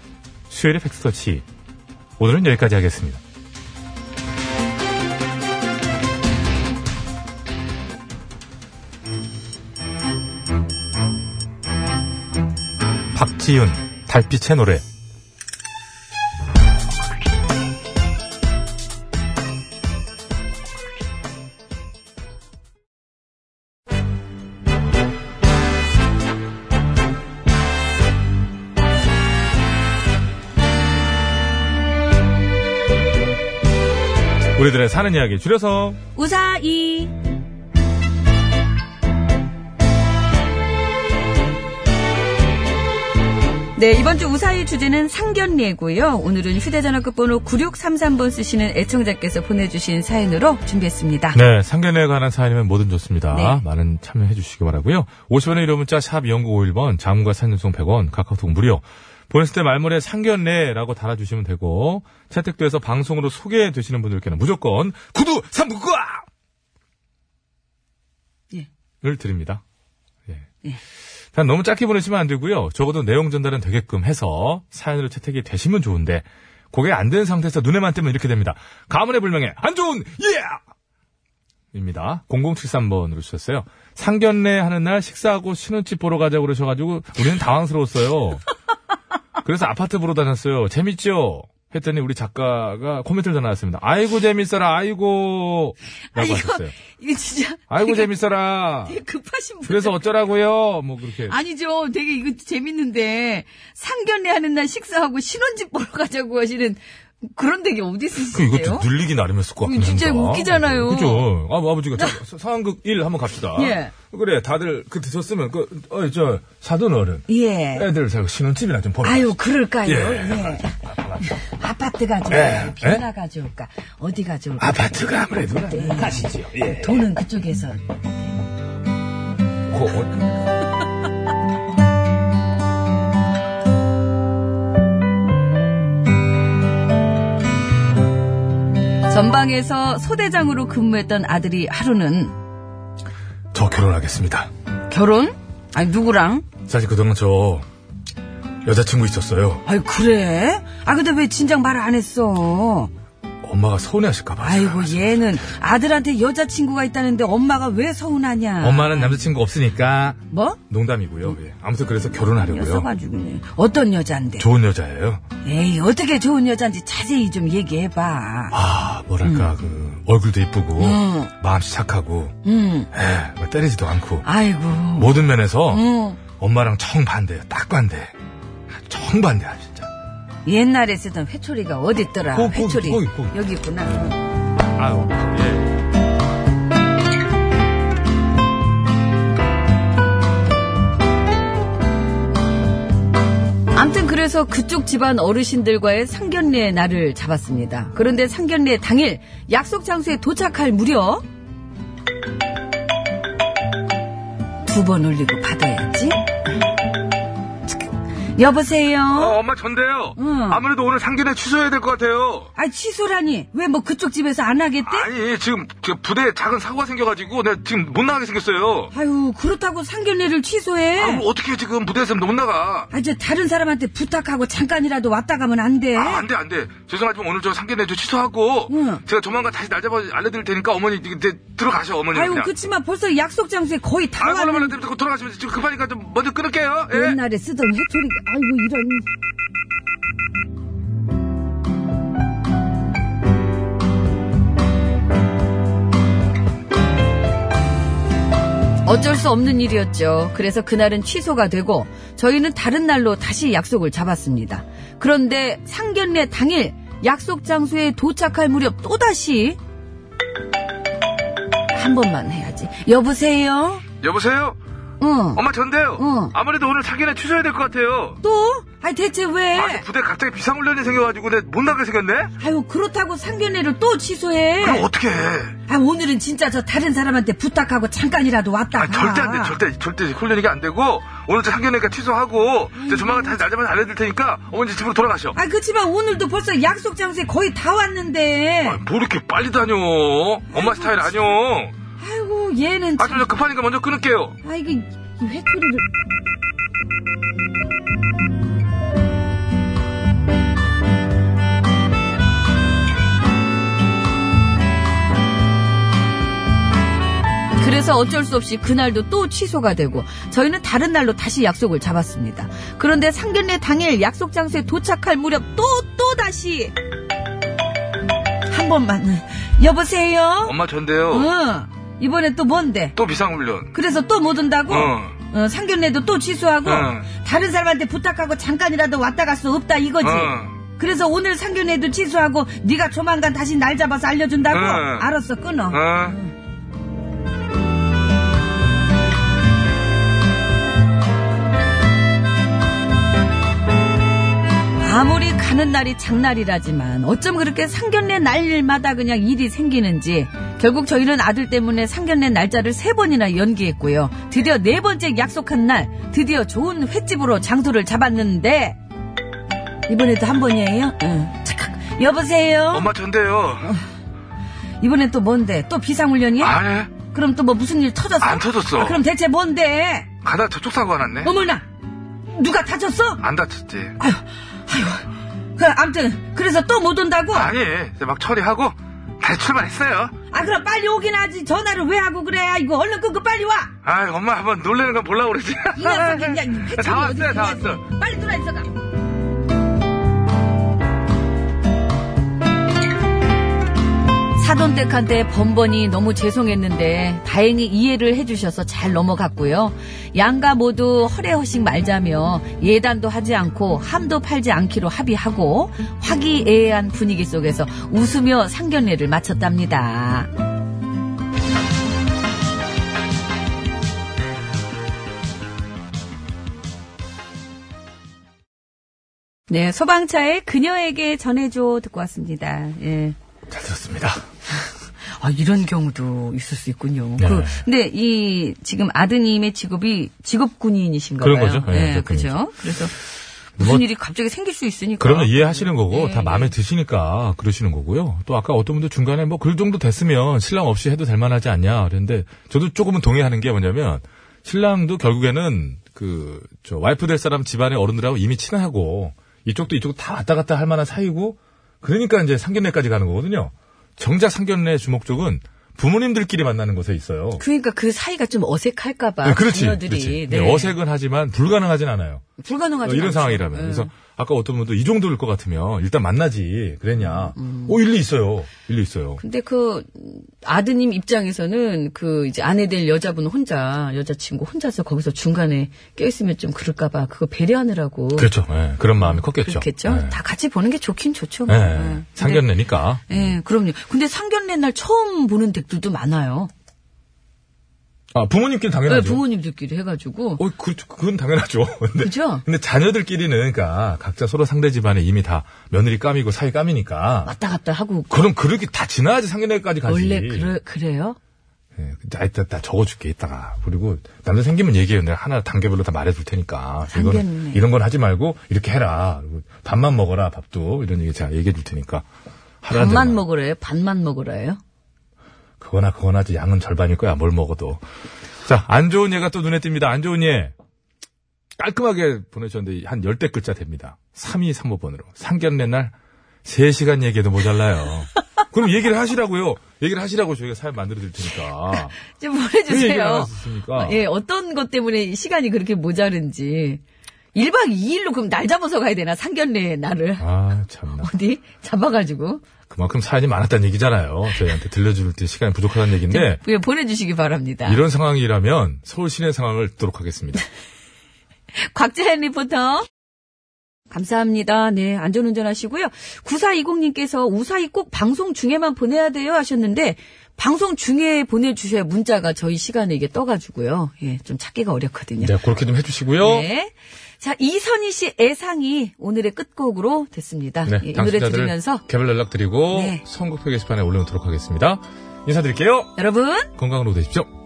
S4: 수요일의 팩스터치 오늘은 여기까지 하겠습니다. 박지윤 달빛의 노래 우리들의 사는 이야기 줄여서
S2: 우사이. 네, 이번 주 우사이 주제는 상견례고요. 오늘은 휴대전화 끝번호 9633번 쓰시는 애청자께서 보내주신 사연으로 준비했습니다.
S4: 네, 상견례에 관한 사연이면 뭐든 좋습니다.
S2: 네.
S4: 많은 참여해 주시기 바라고요. 50원의 이름 문자 샵 0951번 장문과 산전송 100원 카카오톡 무료. 보냈을 때 말머리에 상견례라고 달아주시면 되고 채택돼서 방송으로 소개되시는 분들께는 무조건 구두 3부과
S2: 예.
S4: 를 드립니다. 예.
S2: 예.
S4: 단 너무 짧게 보내시면 안 되고요. 적어도 내용 전달은 되게끔 해서 사연으로 채택이 되시면 좋은데 그게 안 되는 상태에서 눈에만 뜨면 이렇게 됩니다. 가문의 불명예 안 좋은 예! 입니다. 0073번으로 주셨어요. 상견례 하는 날 식사하고 신혼집 보러 가자고 그러셔가지고 우리는 당황스러웠어요. 그래서 아파트 보러 다녔어요. 재밌죠? 했더니 우리 작가가 코멘트를 달아놨습니다. 아이고 재밌어라 아이고
S2: 아,
S4: 라고
S2: 이거,
S4: 하셨어요.
S2: 이거 진짜
S4: 아이고 재밌어라.
S2: 되게 급하신 분.
S4: 그래서 어쩌라고요? 뭐 그렇게.
S2: 아니죠. 되게 이거 재밌는데 상견례 하는 날 식사하고 신혼집 보러 가자고 하시는 그런 댁이
S7: 그러니까
S2: 어디
S4: 그
S2: 있으신데요?
S4: 이것도 늘리기 나름이었을 것 같긴
S2: 이거 진짜
S4: 합니다.
S2: 웃기잖아요.
S4: 그죠? 아, 뭐 아버지가 자, 서- 상황극 1 한번 갑시다.
S2: 예.
S4: 그래 다들 그 드셨으면 그 어, 저 사돈 어른
S2: 예.
S7: 네.
S4: 애들 저 신혼집이나 좀 보러
S2: 아유, 그럴까요?
S4: 예.
S2: 예. 아파트가 좋을까?
S7: 예.
S2: 빌라가 좋을까? 그러니까 어디가 좋을까?
S4: 아파트가 아무래도
S2: 네.
S4: 가시지요. 예.
S2: 돈은 그쪽에서.
S4: 고- 어,
S2: 전방에서 소대장으로 근무했던 아들이 하루는
S7: 저 결혼하겠습니다.
S2: 결혼? 아니, 누구랑?
S7: 사실 그동안 저 여자친구 있었어요.
S2: 아이, 그래? 아, 근데 왜 진작 말 안 했어?
S7: 엄마가 서운해하실까봐.
S2: 아이고, 얘는 아들한테 여자친구가 있다는데 엄마가 왜 서운하냐?
S7: 엄마는 남자친구 없으니까
S2: 뭐?
S7: 농담이고요. 예. 아무튼 그래서 결혼하려고요.
S2: 였어가지고 어떤 여잔데?
S7: 좋은 여자예요.
S2: 에이, 어떻게 좋은 여잔지 자세히 좀 얘기해봐.
S7: 아 뭐랄까 그 얼굴도 이쁘고
S2: 음.
S7: 마음씨 착하고
S2: 응.
S7: 에, 뭐 때리지도 않고
S2: 아이고. 음.
S7: 모든 면에서
S2: 응.
S7: 엄마랑 정반대예요. 딱 반대. 정반대야 진짜.
S2: 옛날에 쓰던 회초리가 어딨더라?
S7: 거기, 거기,
S2: 회초리.
S7: 거기, 거기.
S2: 여기 있구나.
S4: 아유. 예.
S2: 암튼 그래서 그쪽 집안 어르신들과의 상견례 날을 잡았습니다. 그런데 상견례 당일 약속 장소에 도착할 무렵 두 번 올리고 받아야지. 여보세요.
S7: 어, 엄마 전데요.
S2: 어? 응.
S7: 아무래도 오늘 상견례 취소해야 될 것 같아요.
S2: 아 취소라니 왜 뭐 그쪽 집에서 안 하겠대?
S7: 아니 지금 저 부대에 작은 사고가 생겨가지고 내가 지금 못 나가게 생겼어요.
S2: 아유 그렇다고 상견례를 취소해?
S7: 아, 뭐 어떻게 지금 부대에서 못 나가?
S2: 아 이제 다른 사람한테 부탁하고 잠깐이라도 왔다 가면 안 돼.
S7: 아, 안 돼, 안 돼. 죄송하지만 오늘 저 상견례 저 취소하고,
S2: 네. 응.
S7: 제가 조만간 다시 날 잡아 알려드릴 테니까 어머니, 이제 들어가셔, 어머니.
S2: 아유
S7: 그냥.
S2: 그치만 벌써 약속 장소에 거의 다
S7: 아유, 얼른
S2: 왔는데.
S7: 얼른 데리고 돌아가시면 지금 급하니까 좀 먼저 끊을게요. 예.
S2: 옛날에 쓰던 회초리 아이고 이런 어쩔 수 없는 일이었죠. 그래서 그날은 취소가 되고 저희는 다른 날로 다시 약속을 잡았습니다. 그런데 상견례 당일 약속 장소에 도착할 무렵 또다시 한 번만 해야지. 여보세요?
S7: 여보세요?
S2: 응.
S7: 엄마 전데요.
S2: 응.
S7: 아무래도 오늘 상견례 취소해야 될 것 같아요.
S2: 또? 아니 대체 왜?
S7: 아니 부대 갑자기 비상훈련이 생겨가지고 내 못 나게 생겼네?
S2: 아유 그렇다고 상견례를 또 취소해.
S7: 그럼 어떻게 해?
S2: 아 오늘은 진짜 저 다른 사람한테 부탁하고 잠깐이라도 왔다
S7: 아
S2: 가.
S7: 절대 안 돼. 절대 절대 훈련이 이게 안 되고 오늘 저 상견례니까 취소하고 이제 조만간 다시 날 잡아서 알려드릴 테니까 어머니 이제 집으로 돌아가셔.
S2: 아 그렇지만 오늘도 벌써 약속 장소에 거의 다 왔는데.
S7: 아, 뭐 이렇게 빨리 다녀? 엄마 스타일
S2: 그
S7: 아니오.
S2: 아이고 얘는
S7: 아좀
S2: 참.
S7: 저 급하니까 먼저 끊을게요.
S2: 아 이거 이 회초리를. 그래서 어쩔 수 없이 그날도 또 취소가 되고 저희는 다른 날로 다시 약속을 잡았습니다. 그런데 상견례 당일 약속 장소에 도착할 무렵 또 또 다시 한 번만 여보세요.
S7: 엄마 전데요.
S2: 응. 이번엔 또 뭔데?
S7: 또 비상훈련.
S2: 그래서 또 못 온다고?
S7: 응.
S2: 어, 상견례도 또 취소하고
S7: 응.
S2: 다른 사람한테 부탁하고 잠깐이라도 왔다 갈 수 없다 이거지.
S7: 응.
S2: 그래서 오늘 상견례도 취소하고 네가 조만간 다시 날 잡아서 알려준다고.
S7: 응.
S2: 알았어 끊어.
S7: 응.
S2: 아무리 가는 날이 장날이라지만 어쩜 그렇게 상견례 날일마다 그냥 일이 생기는지 결국 저희는 아들 때문에 상견례 날짜를 세 번이나 연기했고요. 드디어 네 번째 약속한 날 드디어 좋은 횟집으로 장소를 잡았는데 이번에도 한 번이에요? 응. 착각. 여보세요?
S7: 엄마 전데요.
S2: 어? 이번엔 또 뭔데? 또 비상훈련이야?
S7: 아니
S2: 그럼 또 뭐 무슨 일 터졌어?
S7: 안 터졌어.
S2: 아, 그럼 대체 뭔데?
S7: 가다 저쪽 사고가 났네.
S2: 어머나! 누가 다쳤어?
S7: 안 다쳤지.
S2: 아휴, 아휴. 그, 암튼, 그래서 또 못 온다고?
S7: 아니 이제 막 처리하고 다시 출발했어요.
S2: 아 그럼 빨리 오긴 하지 전화를 왜 하고 그래 이거 얼른 끊고 빨리 와 이
S7: 아 엄마 한번 놀래는 건 몰라 그러지.
S2: 녀석이 그냥 회초리
S7: 아, 다 왔어요,
S2: 어디
S7: 다
S2: 있냐고.
S7: 왔어.
S2: 빨리 들어와 있어가 사돈댁한테 번번이 너무 죄송했는데 다행히 이해를 해주셔서 잘 넘어갔고요. 양가 모두 허례허식 말자며 예단도 하지 않고 함도 팔지 않기로 합의하고 화기애애한 분위기 속에서 웃으며 상견례를 마쳤답니다. 네, 소방차의 그녀에게 전해줘 듣고 왔습니다. 예.
S1: 잘 들었습니다.
S2: 아, 이런 경우도 있을 수 있군요.
S4: 네.
S2: 그, 근데 이, 지금 아드님의 직업이 직업 군인이신가 봐요.
S4: 그런 거죠. 예,
S2: 네,
S4: 직업
S2: 그죠. 그래서 무슨
S4: 뭐-
S2: 일이 갑자기 생길 수 있으니까.
S4: 그러면 이해하시는 거고
S2: 예,
S4: 다 마음에 드시니까 그러시는 거고요. 또 아까 어떤 분도 중간에 뭐 그 정도 됐으면 신랑 없이 해도 될 만하지 않냐 그랬는데 저도 조금은 동의하는 게 뭐냐면 신랑도 결국에는 그 저 와이프 될 사람 집안의 어른들하고 이미 친하고 이쪽도 이쪽도 다 왔다 갔다 할 만한 사이고 그러니까 이제 상견례까지 가는 거거든요. 정작 상견례 주목 쪽은 부모님들끼리 만나는 곳에 있어요.
S2: 그러니까 그 사이가 좀 어색할까봐.
S4: 네, 그렇지,
S2: 자녀들이.
S4: 그렇지.
S2: 네.
S4: 네, 어색은 하지만 불가능하진 않아요.
S2: 불가능하지.
S4: 어, 이런 상황이라면.
S2: 네.
S4: 그래서 아까 어떤 분도 이 정도일 것 같으면 일단 만나지 그랬냐. 오 일리 있어요. 일리 있어요.
S2: 음, 근데 그 아드님 입장에서는 그 이제 아내 될 여자분 혼자 여자친구 혼자서 거기서 중간에 껴있으면 좀 그럴까봐 그거 배려하느라고
S4: 그렇죠. 예, 그런 마음이 컸겠죠.
S2: 뭐 그렇겠죠.
S4: 예.
S2: 다 같이 보는 게 좋긴 좋죠.
S4: 예,
S2: 뭐. 예. 근데-
S4: 상견례니까.
S2: 예, 그럼요. 근데 상견례 날 처음 보는 댁들도 많아요.
S4: 아, 부모님끼리
S2: 예,
S4: 당연하죠.
S2: 부모님들끼리 해가지고.
S4: 어, 그, 그건 당연하죠. 근데,
S2: 그죠?
S4: 근데 자녀들끼리는, 그러니까, 각자 서로 상대 집안에 이미 다 며느리 까미고 사위 까미니까.
S2: 왔다 갔다 하고.
S4: 그럼 그렇게 다 지나야지 상견례까지 가지.
S2: 원래 그래, 그래요?
S4: 예, 나 이따 나 적어줄게 이따가 그리고 남자 생기면 얘기해 내가 하나 단계별로 다 말해줄 테니까
S2: 상견례.
S4: 이건 이런 건 하지 말고 이렇게 해라 그리고 밥만 먹어라 밥도 이런 얘기 제가 얘기해줄 테니까 하라는
S2: 반만
S4: 대로만.
S2: 먹으래요? 반만 먹으래요?
S4: 그거나 그거나 하지 양은 절반일 거야 뭘 먹어도 자 안 좋은 예가 또 눈에 띕니다 안 좋은 예 깔끔하게 보내주셨는데 한 열댓 글자 됩니다 3235번으로 상견례 날 3시간 얘기해도 모자라요 그럼 얘기를 하시라고요 얘기를 하시라고 저희가 사연 만들어드릴 테니까
S2: 좀
S4: 왜 얘기를 안
S2: 보내주세요.
S4: 하셨습니까?
S2: 예, 어떤 것 때문에 시간이 그렇게 모자른지. 1박 2일로 그럼 날 잡아서 가야 되나? 상견례 날을.
S4: 아, 참나.
S2: 어디? 잡아가지고.
S4: 그만큼 사연이 많았다는 얘기잖아요. 저희한테 들려줄 때 시간이 부족하다는 얘기인데,
S2: 예, 보내주시기 바랍니다.
S4: 네. 이런 상황이라면 서울 시내 상황을 듣도록 하겠습니다.
S2: 곽재현 리포터. 감사합니다. 네, 안전운전 하시고요. 9420님께서 우사히 꼭 방송 중에만 보내야 돼요 하셨는데, 방송 중에 보내주셔야 문자가 저희 시간에 이게 떠가지고요. 예, 좀 찾기가 어렵거든요.
S4: 네, 그렇게 좀 해주시고요.
S2: 네. 자, 이선희 씨 애상이 오늘의 끝곡으로 됐습니다.
S4: 네,
S2: 예, 이 노래
S4: 당첨자들을
S2: 들으면서
S4: 개별 연락 드리고
S2: 네.
S4: 선곡표 게시판에 올려놓도록 하겠습니다. 인사드릴게요.
S2: 여러분
S4: 건강으로 되십시오.